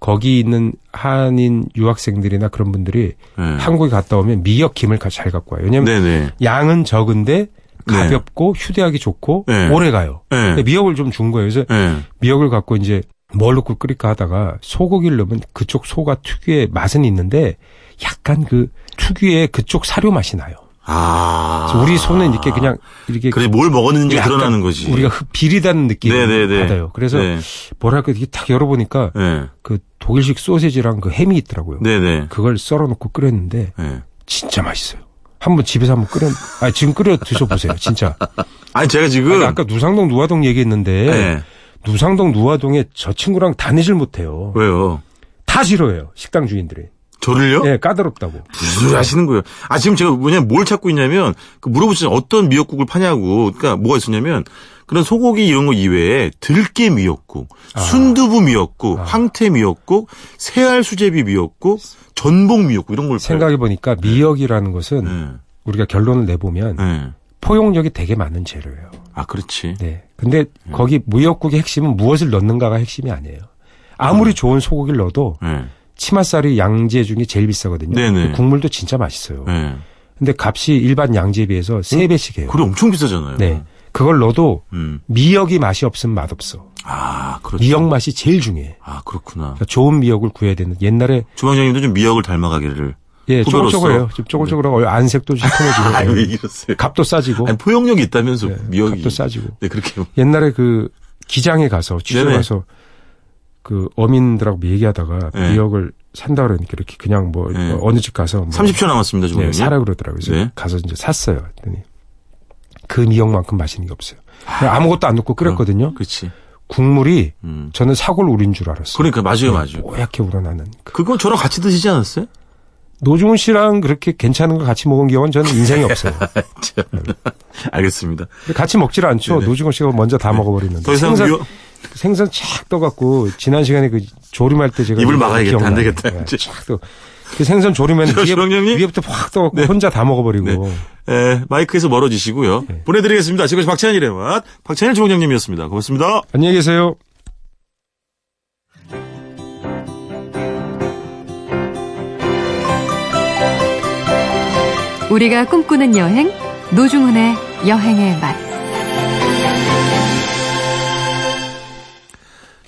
거기 있는 한인 유학생들이나 그런 분들이
예.
한국에 갔다 오면 미역 김을 가- 잘 갖고 와요. 왜냐면
네네 예,
양은 적은데 가볍고 휴대하기 좋고
네.
오래 가요.
예.
근데 미역을 좀 준 거예요. 그래서
예.
미역을 갖고 이제 뭘 넣고 끓일까 하다가 소고기를 넣으면 그쪽 소가 특유의 맛은 있는데 약간 그 특유의 그쪽 사료 맛이 나요.
아.
그래서 우리 소는 이렇게 그냥 이렇게
그래 뭘 먹었는지
약간
드러나는 거지.
우리가 흡- 비리다는 느낌을
네네네.
받아요. 그래서
네.
뭐랄까 이게 딱 열어보니까
네.
그 독일식 소세지랑 그 햄이 있더라고요.
네네.
그걸 썰어놓고 끓였는데
네.
진짜 맛있어요. 한번 집에서 한번 끓여, 아 지금 끓여 드셔보세요, 진짜.
아니 제가 지금
아니, 아까 예. 누상동 누화동 얘기했는데
네.
누상동 누화동에 저 친구랑 다니질 못해요.
왜요?
다 싫어해요, 식당 주인들이.
저를요?
예, 까다롭다고.
무슨 소리 하시는 거예요? 아 지금 제가 뭐냐면 뭘 찾고 있냐면 그 물어보시죠. 어떤 미역국을 파냐고. 그러니까 뭐가 있었냐면 그런 소고기 이런 거 이외에 들깨 미역국,
아.
순두부 미역국, 황태 미역국, 새알 수제비 미역국, 전복 미역국 이런 걸
생각해 보니까 미역이라는 것은
파요.
우리가 결론을 내보면
네. 네.
포용력이 되게 많은 재료예요.
아 그렇지.
네. 근데 거기 무역국의 핵심은 무엇을 넣는가가 핵심이 아니에요. 아무리 좋은 소고기를 넣어도
네.
치맛살이 양재 중에 제일 비싸거든요.
네네.
국물도 진짜 맛있어요.
네. 음?
근데 값이 일반 양재에 비해서 세배씩 해요.
그래 엄청 비싸잖아요.
네. 그걸 넣어도
음.
미역이 맛이 없으면 맛없어.
아 그렇죠.
미역 맛이 제일 중요해.
아 그렇구나.
그러니까 좋은 미역을 구해야 되는. 옛날에
주방장님도 좀 미역을 닮아가기를.
예,
후배로서.
쪼글쪼글해요. 좀 쪼글쪼글하고 안색도
아, 왜
시큼해지고
이러세요?
값도 싸지고
아니, 포용력이 있다면서
예,
미역이.
값도 싸지고.
네, 그렇게.
옛날에 그 기장에 가서 취재
네네.
가서 그 어민들하고 얘기하다가
네.
미역을 산다 그러니까 이렇게 그냥 뭐
네.
어느 집 가서 뭐
30초 남았습니다,
예,
주방장님.
사라 그러더라고요. 그래서
네.
가서 이제 샀어요. 그랬더니 그 미역만큼 맛있는 게 없어요. 그냥 아무것도 안 넣고 끓였거든요.
그렇지.
국물이
음.
저는 사골 우린 줄 알았어요.
그러니까 맞아요, 맞아요.
뽀얗게 우러나는. 그
그건 저랑 같이 드시지 않았어요?
노중훈 씨랑 그렇게 괜찮은 거 같이 먹은 경우는 저는 인생이 없어요.
참. 알겠습니다.
근데 같이 먹질 않죠.
네네.
노중훈 씨가 먼저 다 먹어버리는데.
더 이상
생선,
미역-
생선 착 떠갖고 지난 시간에 그 조림할 때 제가
입을 막아야겠다. 안
기억나요.
되겠다,
예,
이제.
착 떠. 그 생선 조림면
저 주방장님?
위에, 부터확 떠갖고 혼자 다 먹어버리고.
네. 에, 마이크에서 멀어지시고요. 보내드리겠습니다. 지금까지 박찬일의 맛. 박찬일 주방장님이었습니다. 고맙습니다.
안녕히 계세요.
우리가 꿈꾸는 여행 노중훈의 여행의 맛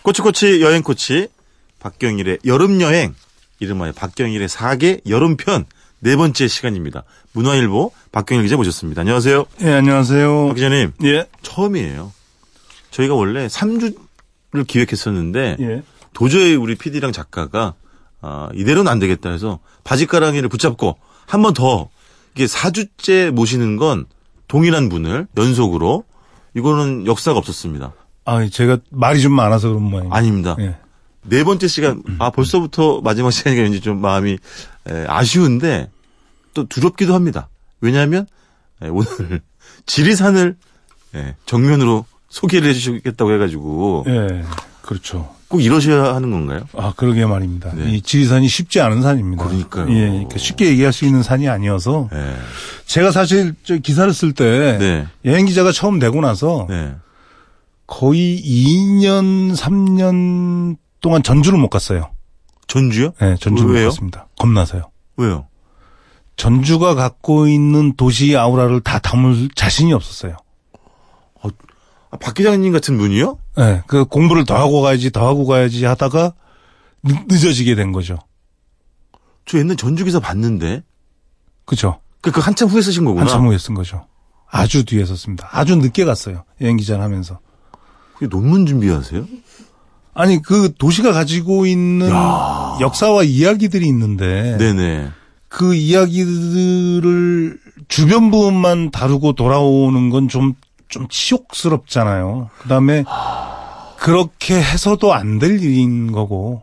꼬치꼬치 여행코치 박경일의 여름여행 이름하여 박경일의 4개 여름편 네 번째 시간입니다. 문화일보 박경일 기자 모셨습니다. 안녕하세요.
예, 안녕하세요.
박 기자님.
예.
처음이에요. 저희가 원래 3주를 기획했었는데
예.
도저히 우리 PD랑 작가가 아, 이대로는 안 되겠다 해서 바지가랑이를 붙잡고 한 번 더 이게 4주째 모시는 건 동일한 분을 연속으로 이거는 역사가 없었습니다.
아, 제가 말이 좀 많아서 그런 모양입니다.
아닙니다.
예.
네 번째 시간 아 벌써부터 마지막 시간이니까 왠지 좀 마음이 에, 아쉬운데 또 두렵기도 합니다. 왜냐하면 에, 오늘 지리산을 에, 정면으로 소개를 해주시겠다고 해가지고
예. 그렇죠.
꼭 이러셔야 하는 건가요?
아, 그러게 말입니다.
네.
이 지리산이 쉽지 않은 산입니다.
그러니까요.
예, 그러니까 쉽게 얘기할 수 있는 산이 아니어서
예.
제가 사실 저 기사를 쓸 때
네.
여행 기자가 처음 되고 나서
네.
거의 2년, 3년 동안 전주를 못 갔어요.
전주요?
예, 전주를
왜요?
못 갔습니다. 겁나서요.
왜요?
전주가 갖고 있는 도시의 아우라를 다 담을 자신이 없었어요.
아, 박 기자님 같은 분이요?
예, 그 공부를 더 하고 가야지, 더 하고 가야지 하다가 늦, 늦어지게 된 거죠.
저 옛날 전주 기사 봤는데
그죠?
그, 그 한참 후에 쓰신 거구나.
한참 후에 쓴 거죠. 아주 뒤에 섰습니다. 아주 늦게 갔어요. 여행 기자를 하면서.
그게 논문 준비하세요?
아니, 그 도시가 가지고 있는 역사와 이야기들이 있는데
네네.
그 이야기들을 주변 부분만 다루고 돌아오는 건 좀, 좀 치욕스럽잖아요. 그 다음에 그렇게 해서도 안 될 일인 거고.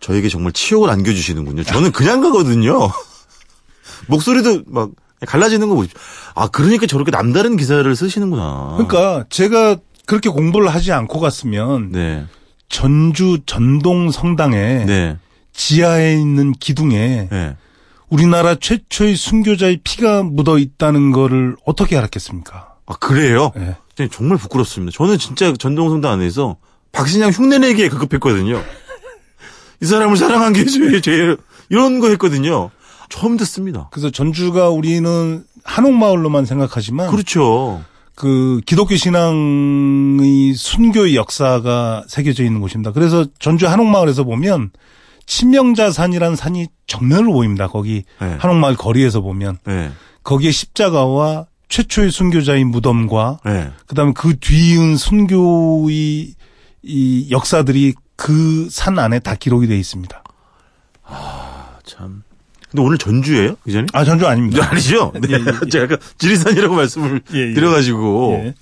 저에게 정말 치욕을 안겨주시는군요. 저는 그냥 가거든요. 목소리도 막 갈라지는 거 보십시오. 아, 그러니까 저렇게 남다른 기사를 쓰시는구나.
그러니까 제가 그렇게 공부를 하지 않고 갔으면
어. 네.
전주 전동 성당에
네.
지하에 있는 기둥에
네.
우리나라 최초의 순교자의 피가 묻어 있다는 거를 어떻게 알았겠습니까?
아, 그래요?
예.
네, 정말 부끄럽습니다. 저는 진짜 전동성당 안에서 박신양 흉내내기에 급급했거든요. 이 사람을 사랑한 게 죄, 죄, 이런 거 했거든요. 처음 듣습니다.
그래서 전주가 우리는 한옥마을로만 생각하지만
그렇죠.
그 기독교 신앙의 순교의 역사가 새겨져 있는 곳입니다. 그래서 전주 한옥마을에서 보면 치명자산이라는 산이 정면으로 보입니다. 거기
네.
한옥마을 거리에서 보면
네.
거기에 십자가와 최초의 순교자의 무덤과
네.
그다음에 그 뒤이은 순교의 이 역사들이 그 산 안에 다 기록이 돼 있습니다.
아, 참. 근데 오늘 전주예요? 기자님?
아 전주 아닙니다.
아니죠? 네. 제가 아까 지리산이라고 말씀을
예, 예.
드려가지고.
예.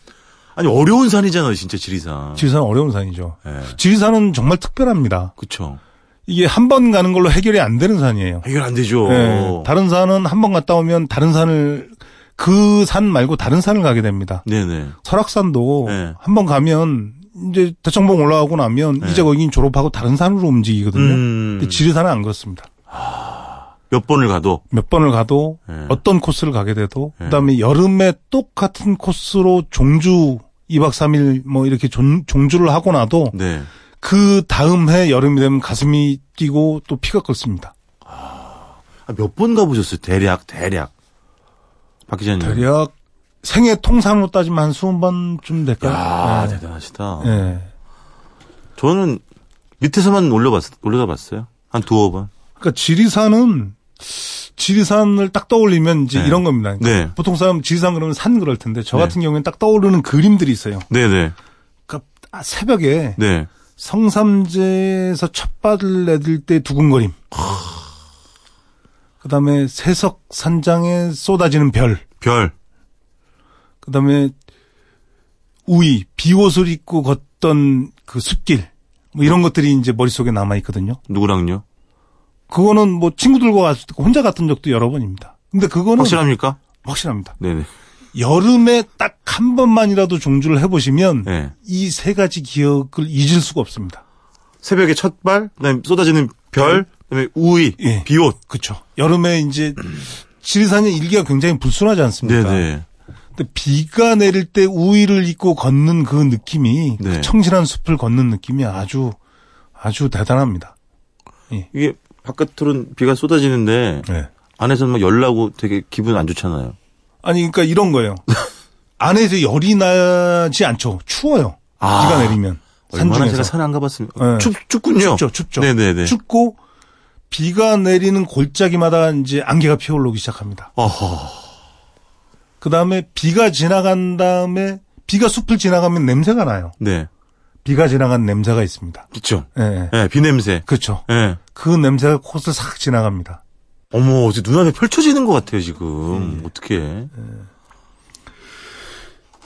아니, 어려운 산이잖아요, 진짜 지리산.
지리산은 어려운 산이죠.
예.
지리산은 정말 특별합니다.
그쵸.
이게 한 번 가는 걸로 해결이 안 되는 산이에요.
해결 안 되죠.
예, 다른 산은 한 번 갔다 오면 다른 산을 그 산 말고 다른 산을 가게 됩니다.
네네.
설악산도
네.
한 번 가면 이제 대청봉 올라가고 나면
네.
이제 거긴 졸업하고 다른 산으로 움직이거든요.
음.
근데 지리산은 안 그렇습니다.
몇 번을 가도.
몇 번을 가도
네.
어떤 코스를 가게 돼도
네.
그다음에 여름에 똑같은 코스로 종주 2박 3일 뭐 이렇게 존- 종주를 하고 나도
네.
그 다음 해 여름이 되면 가슴이 뛰고 또 피가 끓습니다.
아, 몇 번 가보셨어요? 대략, 대략. 박 기자님.
대략 생애 통산으로 따지면 한 스무 번쯤 될까요?
야
네.
대단하시다.
네.
저는 밑에서만 올려봤, 올려다 봤어요. 한 두어 번.
그러니까 지리산은 지리산을 딱 떠올리면 이제
네.
이런 겁니다. 그러니까
네.
보통 사람 지리산 그러면 산 그럴 텐데 저
네.
같은 경우에는 딱 떠오르는 그림들이 있어요.
네네.
그러니까 아, 새벽에
네.
성삼재에서 첫발을 내딜 때 두근거림. 그다음에 세석 산장에 쏟아지는 별.
별.
그다음에 우이 비옷을 입고 걷던 그 숲길. 뭐 이런 것들이 이제 머릿속에 남아 있거든요.
누구랑요? 그거는
그거는 뭐 친구들과 갔을 때 혼자 갔던 적도 여러 번입니다. 근데 그거는
확실합니까?
합니다
네네.
여름에 딱 한 번만이라도 종주를 해보시면
네.
이 세 가지 기억을 잊을 수가 없습니다.
새벽에 첫 발, 그다음에 쏟아지는 별, 그다음에 우이,
예.
비옷.
그렇죠. 여름에 이제 지리산의 일기가 굉장히 불순하지 않습니까?
네네.
근데 비가 내릴 때 우위를 입고 걷는 그 느낌이 그
네.
청실한 숲을 걷는 느낌이 아주 아주 대단합니다.
이게 바깥으로는 비가 쏟아지는데
네.
안에서는 막 열나고 되게 기분 안 좋잖아요.
아니 그러니까 이런 거예요. 안에서 열이 나지 않죠. 추워요.
아.
비가 내리면
얼마나
산중에서
제가 산 안 가봤으면
네.
춥 춥군요.
춥죠, 춥죠.
네네네.
춥고 비가 내리는 골짜기마다 이제 안개가 피어오르기 시작합니다.
어허.
그 다음에 비가 지나간 다음에 비가 숲을 지나가면 냄새가 나요.
네.
비가 지나간 냄새가 있습니다.
그쵸.
예, 예.
예, 비 냄새.
그렇죠.
예.
그 냄새가 코스를 싹 지나갑니다.
어머, 지금 눈앞에 펼쳐지는 것 같아요,
음.
지금. 어떻게.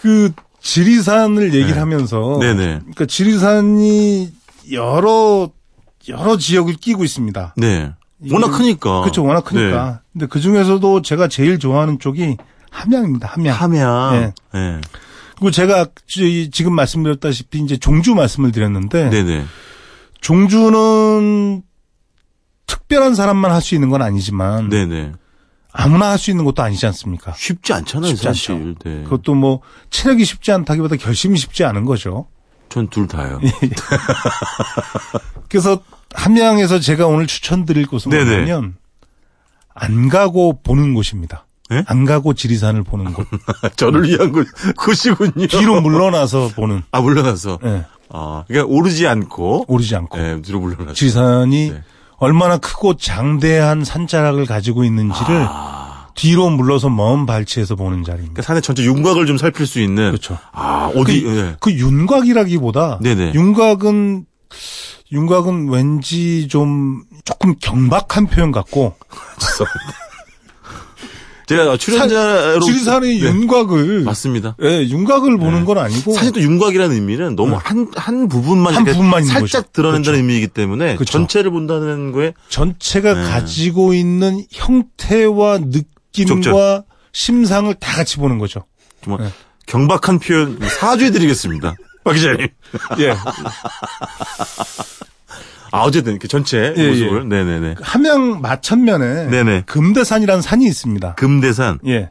그 지리산을 얘기를 하면서
네. 네네.
그러니까 지리산이 여러 여러 지역을 끼고 있습니다.
네. 워낙
이게-
크니까. 네.
그렇죠. 워낙 크니까. 근데 그 중에서도 제가 제일 좋아하는 쪽이 함양입니다.
네.
함양.
하면. 예.
그리고 제가 지- 지금 말씀드렸다시피 이제 종주 말씀을 드렸는데
네네.
종주는 특별한 사람만 할 수 있는 건 아니지만
네네.
아무나 할 수 있는 것도 아니지 않습니까?
쉽지 않잖아요,
쉽지
사실.
않죠.
네.
그것도 뭐 체력이 쉽지 않다기보다 결심이 쉽지 않은 거죠.
전 둘 다요.
예. 그래서 함양에서 제가 오늘 추천드릴 곳은
네네.
뭐냐면 안 가고 보는 곳입니다.
예?
안 가고 지리산을 보는 곳.
저를 위한 곳, 곳이군요.
뒤로 물러나서 보는.
아, 물러나서.
예,
아, 그러니까 오르지 않고.
오르지 않고.
예, 뒤로 물러나서.
지리산이
네.
얼마나 크고 장대한 산자락을 가지고 있는지를
아.
뒤로 물러서 먼 발치에서 보는 자리입니다.
그러니까 산의 전체 윤곽을 좀 살필 수 있는.
그렇죠.
아, 어디,
그,
예.
그 윤곽이라기보다
네네.
윤곽은 윤곽은 왠지 좀 조금 경박한 표현 같고
제가 출연자로.
지리산의
네,
윤곽을
맞습니다. 네.
예, 윤곽을 보는 건 아니고
사실 또 윤곽이라는 의미는 너무
네.
한, 한 부분만,
음. 한
이렇게
부분만 있는
살짝
거죠.
드러낸다는
그렇죠.
의미이기 때문에
그렇죠.
전체를 본다는 거에
전체가
네.
가지고 있는 형태와 느낌과
족절.
심상을 다 같이 보는 거죠.
정말
네.
경박한 표현 사죄드리겠습니다. 박 기자님.
예.
아, 어쨌든 이렇게 전체
예,
모습을. 네네네.
함양 마천면에
네네.
금대산이라는 산이 있습니다.
금대산.
예.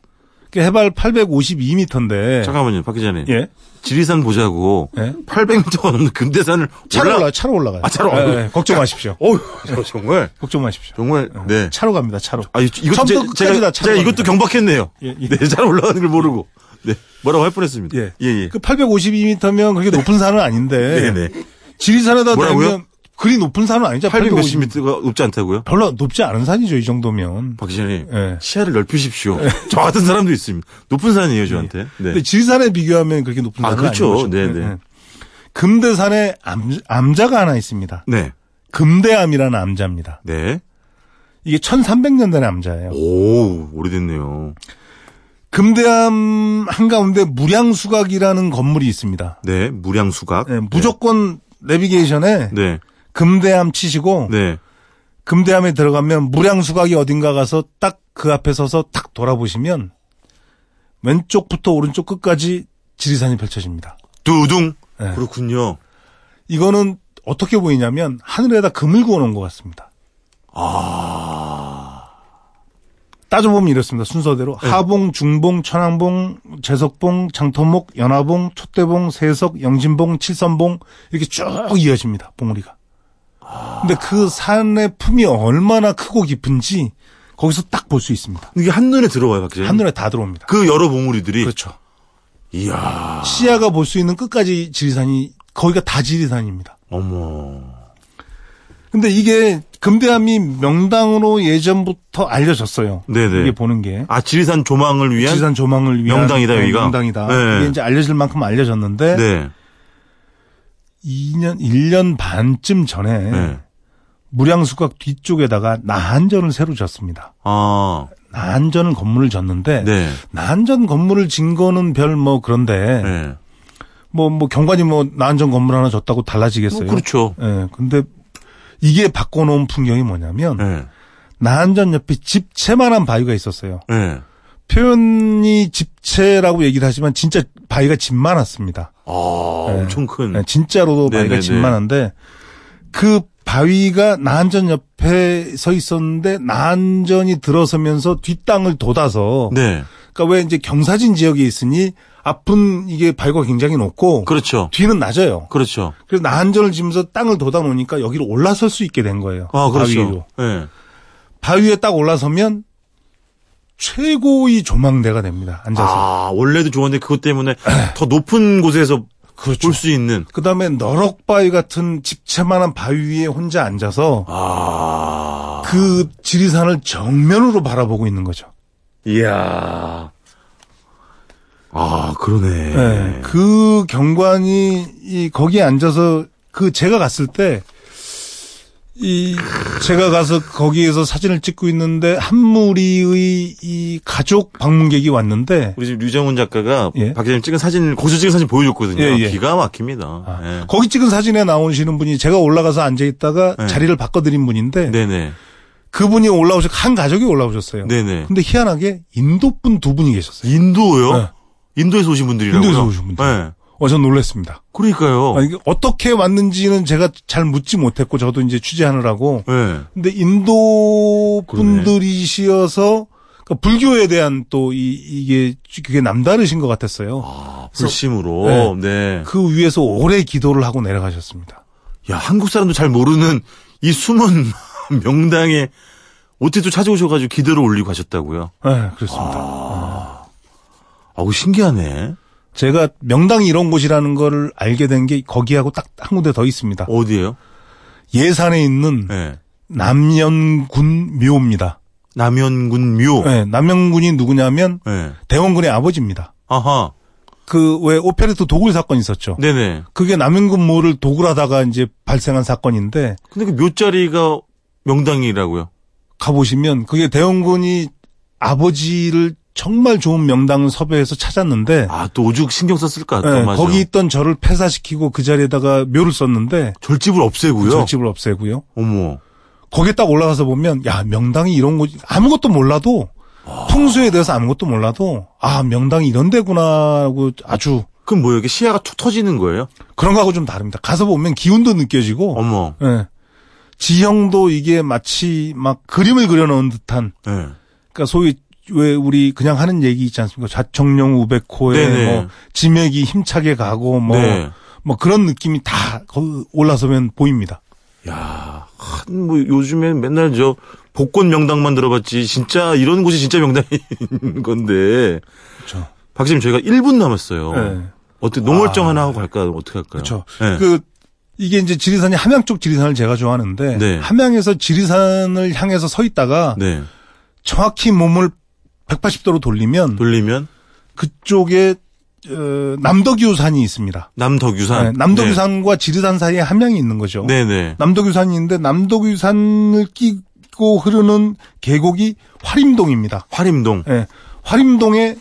그 해발 852m인데
잠깐만요, 박 기자님.
예.
지리산 보자고
예.
800m가 넘는 금대산을
차로
올라-
올라... 가요 차로 올라가요.
아, 차로 올라가요?
예, 예, 걱정 마십시오.
어휴, 저 정말
걱정 마십시오.
정말 네.
차로 갑니다. 차로.
아, 이- 이것도 제,
처음부터 끝까지
제가
다 차로
제가 이것도
갑니다.
경박했네요.
예, 예.
네, 잘 올라가는 걸 모르고. 네. 뭐라고 할 뻔했습니다.
예.
예, 예.
그 852m면 그렇게 높은 산은 아닌데.
네네.
지리산에다
뭐라고요?
대면 그리 높은 산은 아니죠.
800 몇십
850m.
미터가 높지 않다고요?
별로 높지 않은 산이죠. 이 정도면.
박 기자님.
예.
시야를 넓히십시오. 저 같은 사람도 있습니다. 높은 산이에요, 저한테. 네.
예. 근데 지리산에 비교하면 그렇게 높은
아,
산은
그렇죠.
아닌 거죠.
네네.
예, 예. 금대산에 암, 암자가 하나 있습니다.
네.
금대암이라는 암자입니다.
네.
이게 1300년 전의 암자예요.
오, 오래됐네요.
금대암 한가운데 무량수각이라는 건물이 있습니다.
네. 무량수각.
예, 무조건 내비게이션에
네.
금대암 치시고
네.
금대암에 들어가면 무량수각이 어딘가 가서 딱 그 앞에 서서 탁 돌아보시면 왼쪽부터 오른쪽 끝까지 지리산이 펼쳐집니다.
두둥.
네.
그렇군요.
이거는 어떻게 보이냐면 하늘에다 금을 구워 놓은 것 같습니다. 따져보면 이렇습니다. 순서대로 하봉, 중봉, 천왕봉, 재석봉, 장터목, 연화봉, 촛대봉, 세석, 영진봉, 칠선봉 이렇게 쭉 이어집니다. 봉우리가. 근데 그 산의 품이 얼마나 크고 깊은지 거기서 딱 볼 수 있습니다.
이게 한눈에 들어와요, 박 기자님.
한눈에 다 들어옵니다.
네. 그 여러 봉우리들이.
그렇죠.
이야.
시야가 볼 수 있는 끝까지 지리산이 거기가 다 지리산입니다.
어머.
근데 이게 금대함이 명당으로 예전부터 알려졌어요.
네네.
이게 보는 게
아, 지리산 조망을 위한.
지산 조망을 위한
명당이다,
어,
여기가?
명당이다.
네.
이게 이제 알려질 만큼 알려졌는데
네.
2년 1년 반쯤 전에
네.
무량수각 뒤쪽에다가 나한전을 새로 졌습니다.
아,
나한전 건물을 졌는데
네.
나한전 건물을 진 거는 별 뭐 그런데
네.
뭐 뭐 경관이 뭐 나한전 건물 하나 졌다고 달라지겠어요?
뭐, 그렇죠.
예. 근데 이게 바꿔놓은 풍경이 뭐냐면
네.
나한전 옆에 집채만한 바위가 있었어요.
네.
표현이 집채라고 얘기를 하지만 진짜 바위가 집 많았습니다.
아, 엄청 큰.
네, 진짜로도 바위가
음. 네네네.
집 많은데 그 바위가 나한전 옆에 서 있었는데 나한전이 들어서면서 뒷땅을 돋아서
네.
그러니까 왜 이제 경사진 지역에 있으니 앞은 이게 바위가 굉장히 높고
그렇죠.
뒤는 낮아요.
그렇죠.
그래서 나한전을 지면서 땅을 돋아 놓으니까 여기로 올라설 수 있게 된 거예요.
아,
바위로.
그렇죠. 네.
바위에 딱 올라서면 최고의 조망대가 됩니다. 앉아서. 네.
아, 원래도 좋은데 그것 때문에 더 높은 곳에서
그렇죠.
볼 수 있는.
그다음에 너럭바위 같은 집채만한 바위 위에 혼자 앉아서
아.
그 지리산을 정면으로 바라보고 있는 거죠.
이야. 아, 그러네.
네. 그 경관이 이 거기에 앉아서 그 제가 갔을 때. 이 제가 가서 거기에서 사진을 찍고 있는데 한 무리의 이 가족 방문객이 왔는데
우리 지금 류정훈 작가가
예.
박 기자님 찍은 사진, 고수 찍은 사진 보여줬거든요.
예, 예.
기가 막힙니다. 예.
거기 찍은 사진에 나오시는 분이 제가 올라가서 앉아 있다가
네.
자리를 바꿔드린 분인데
네네.
그분이 올라오셔 한 가족이 올라오셨어요.
네네.
근데 희한하게 인도 분 두 분이 계셨어요.
인도요?
네.
인도에서 오신 분들이라고요?
인도에서 오신 분들.
네.
어, 전 놀랐습니다.
그러니까요.
아, 이게 어떻게 왔는지는 제가 잘 묻지 못했고 저도 이제 취재하느라고.
네.
근데 인도
그러네.
분들이시어서 그러니까 불교에 대한 또 이, 이게 그게 남다르신 것 같았어요.
아, 불심으로. 네.
그 위에서 오래 기도를 하고 내려가셨습니다.
야, 한국 사람도 잘 모르는 이 숨은 명당에 어떻게 또 찾아오셔가지고 기대를 올리고 가셨다고요?
네,
아.
그렇습니다.
아우, 신기하네.
제가 명당이 이런 곳이라는 걸 알게 된 게 거기하고 딱 한 군데 더 있습니다.
어디에요?
예산에 있는
네.
남연군 묘입니다.
남연군 묘.
네, 남연군이 누구냐면
네.
대원군의 아버지입니다.
아하.
그 왜 오페레토 도굴 사건 있었죠.
네네.
그게 남연군 모를 도굴하다가 이제 발생한 사건인데
근데 그 묘자리가 명당이라고요?
가보시면 그게 대원군이 아버지를 정말 좋은 명당 섭외해서 찾았는데
아, 또 오죽 신경 썼을 까
네,
네, 맞아.
거기 있던 절을 폐사시키고 그 자리에다가 묘를 썼는데
그 절집을 없애고요.
절집을 없애고요.
어머.
거기에 딱 올라가서 보면 야 명당이 이런 곳 아무것도 몰라도 풍수에 대해서 아무것도 몰라도 아 명당이 이런 데구나 하고 아주
그럼 뭐예요? 이게 시야가 툭 터지는 거예요?
그런 거하고 좀 다릅니다. 가서 보면 기운도 느껴지고
어머.
예. 지형도 이게 마치 막 그림을 그려놓은 듯한
예.
그러니까 소위 왜 우리 그냥 하는 얘기 있지 않습니까? 좌청룡 우백호에
네네.
뭐 지맥이 힘차게 가고 뭐
네.
뭐 그런 느낌이 다 거기 올라서면 보입니다.
야, 하, 뭐 요즘엔 맨날 저 복권 명당만 들어봤지 진짜 이런 곳이 진짜 명당인 건데.
그렇죠.
박사님 저희가 1분 남았어요.
네.
어떻게 농월정 하나 하고 갈까? 어떻게 할까요?
그렇죠.
네.
그 이게 이제 지리산이 함양 쪽 지리산을 제가 좋아하는데
네.
함양에서 지리산을 향해서 서 있다가
네.
정확히 몸을 180도로 돌리면
돌리면
그쪽에 어, 남덕유산이 있습니다.
남덕유산.
네, 남덕유산과 지리산 사이에 함양이 있는 거죠.
네, 네.
남덕유산인데 남덕유산을 끼고 흐르는 계곡이 화림동입니다.
화림동.
예, 화림동에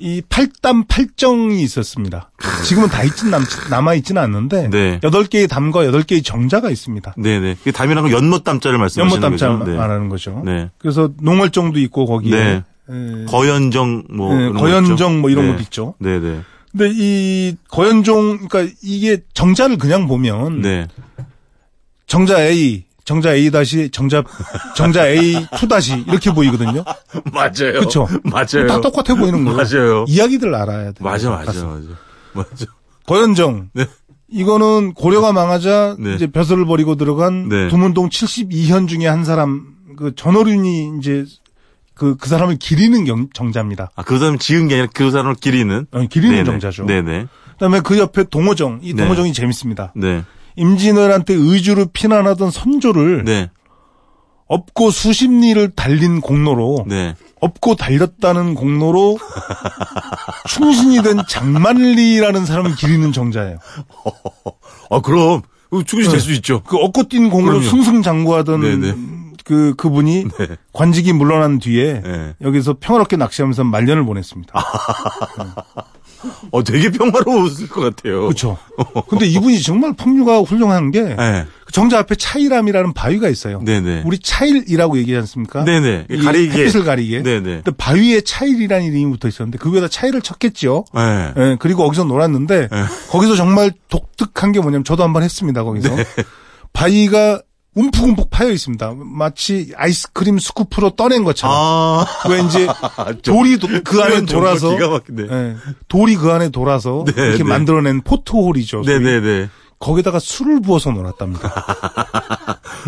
이 팔담 팔정이 있었습니다. 지금은 다 있진 남, 남아있지는 않는데
네.
여덟 개의 담과 여덟 개의 정자가 있습니다.
네, 네. 그 담이란 건 연못담자를 말씀하시는 거죠.
연못담자
네.
말하는 거죠.
네.
그래서 농월정도 있고 거기에
네.
예,
거연정 뭐
예,
이런 거
거연정
있죠?
뭐 이런
네.
것도 있죠.
네, 네.
근데 이 거연종 그러니까 이게 정자를 그냥 보면
네.
정자 A, 정자 A 다시 정자 정자 A 2 다시 이렇게 보이거든요.
맞아요.
그쵸?
맞아요.
다 똑같아 보이는 거예요.
맞아요.
이야기들 알아야 돼.
맞아, 맞아, 맞아. 맞아.
고현정.
네.
이거는 고려가 망하자
네.
이제 벼슬을 버리고 들어간
네.
두문동 72현 중에 한 사람 그 전어륜이 이제 그 그 사람을 기리는 경- 정자입니다.
아, 그 사람 지은 게 아니라 그 사람을 기리는.
어, 기리는
네네.
정자죠.
네네.
그다음에 그 옆에 동호정. 이
네.
동호정이 재밌습니다.
네.
임진왜란때 의주로 피난하던 선조를
네.
업고 수십 리를 달린 공로로
네.
업고 달렸다는 공로로 충신이 된 장만리라는 사람을 기리는 정자예요.
아, 그럼. 죽으시 될 수 있죠.
그 업고 뛴 공으로
그럼요.
승승장구하던
네네.
그 그분이 관직이 물러난 뒤에
네.
여기서 평화롭게 낚시하면서 말년을 보냈습니다.
어, 되게 평화로웠을 것 같아요.
그렇죠. 근데 이분이 정말 풍류가 훌륭한 게
네.
정자 앞에 차일암이라는 바위가 있어요.
네네.
우리 차일이라고 얘기하지 않습니까?
네네.
이
가리개.
햇빛을 가리게.
네네.
근데 바위에 차일이라는 이름이 붙어 있었는데 그 위에다 차일을 쳤겠지요.
네.
예, 그리고 거기서 놀았는데 거기서 정말 독특한 게 뭐냐면 저도 한번 했습니다. 거기서
네.
바위가 움푹움푹 파여 있습니다. 마치 아이스크림 스쿠프로 떠낸 것처럼.
아.
왜 이제
좀-
돌이 도- 그 안에
표현 정말
돌아서
기가 막히네.
예, 돌이 그 안에 돌아서
네, 네.
이렇게 만들어낸 포트홀이죠. 소위.
네네네. 그러니까.
거기다가 술을 부어서 놀았답니다.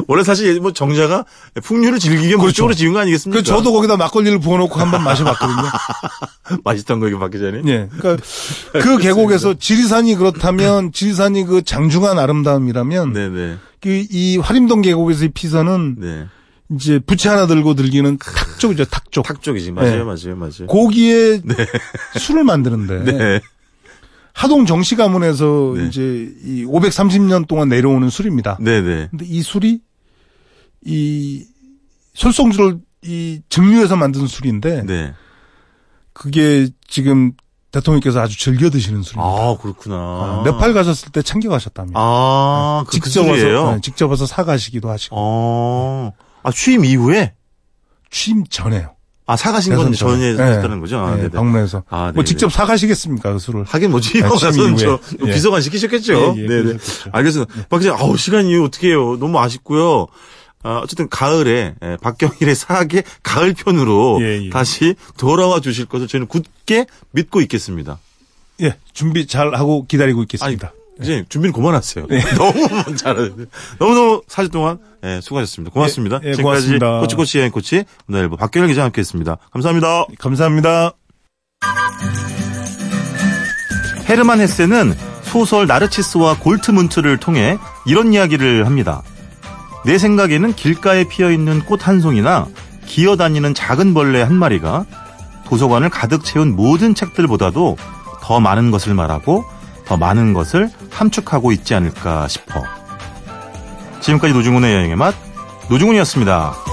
원래 사실 뭐 정자가 풍류를 즐기기 위한 목적으로 지은 거 아니겠습니까?
그 저도 거기다 막걸리를 부어놓고 한번 마셔봤거든요.
맛있던 거 이거 박 기자님.
예. 그러니까 그 계곡에서 지리산이 그렇다면 지리산이 그 장중한 아름다움이라면
네네.
그 이 화림동 계곡에서의 피서는
네.
이제 부채 하나 들고 들기는 탁쪽이죠, 탁쪽.
탁 쪽이지 맞아요
네.
맞아요 맞아요.
고기에 술을 만드는데
네.
하동 정시 가문에서
네.
이제 이 530년 동안 내려오는 술입니다.
네, 네.
근데 이 술이 이 솔성주를 이 증류해서 만든 술인데
네.
그게 지금 대통령께서 아주 즐겨 드시는 술입니다.
아, 그렇구나.
네팔 가셨을 때 챙겨 가셨답니다. 네.
아, 그
직접
술이에요?
와서 네, 직접 와서 사 가시기도 하시고
어. 아, 취임 이후에?
취임 전에요.
아, 사가신 건
대선 전에.
전에
네.
했다는 거죠? 아,
네,
네, 네.
방문해서
아, 네네.
뭐 직접 사 가시겠습니까 그 술을?
하긴 뭐지?
아,
아, 가서
취임
저
이후에.
비서관 시키셨겠죠?
예, 예,
네네.
그러셨겠죠.
알겠습니다. 박 기자, 아우, 시간이 어떻게 해요? 너무 아쉽고요. 아, 어쨌든 가을에 예, 박경일의 사학의 가을 편으로
예, 예.
다시 돌아와 주실 것을 저희는 굳게 믿고 있겠습니다.
예, 준비 잘 하고 기다리고
아니,
있겠습니다. 예. 네.
이제 준비는 그만하세요. 너무 뭐 잘하세요. 너무너무 4주 동안 예, 수고하셨습니다. 고맙습니다.
예, 예,
지금까지
고맙습니다.
꼬치꼬치 여행코치 문화일보 박경일 기자와 함께했습니다. 감사합니다.
감사합니다.
헤르만 헤세는 소설 나르치스와 골트문트를 통해 이런 이야기를 합니다. 내 생각에는 길가에 피어있는 꽃 한 송이나 기어다니는 작은 벌레 한 마리가 도서관을 가득 채운 모든 책들보다도 더 많은 것을 말하고 더 많은 것을 함축하고 있지 않을까 싶어. 지금까지 노중훈의 여행의 맛, 노중훈이었습니다.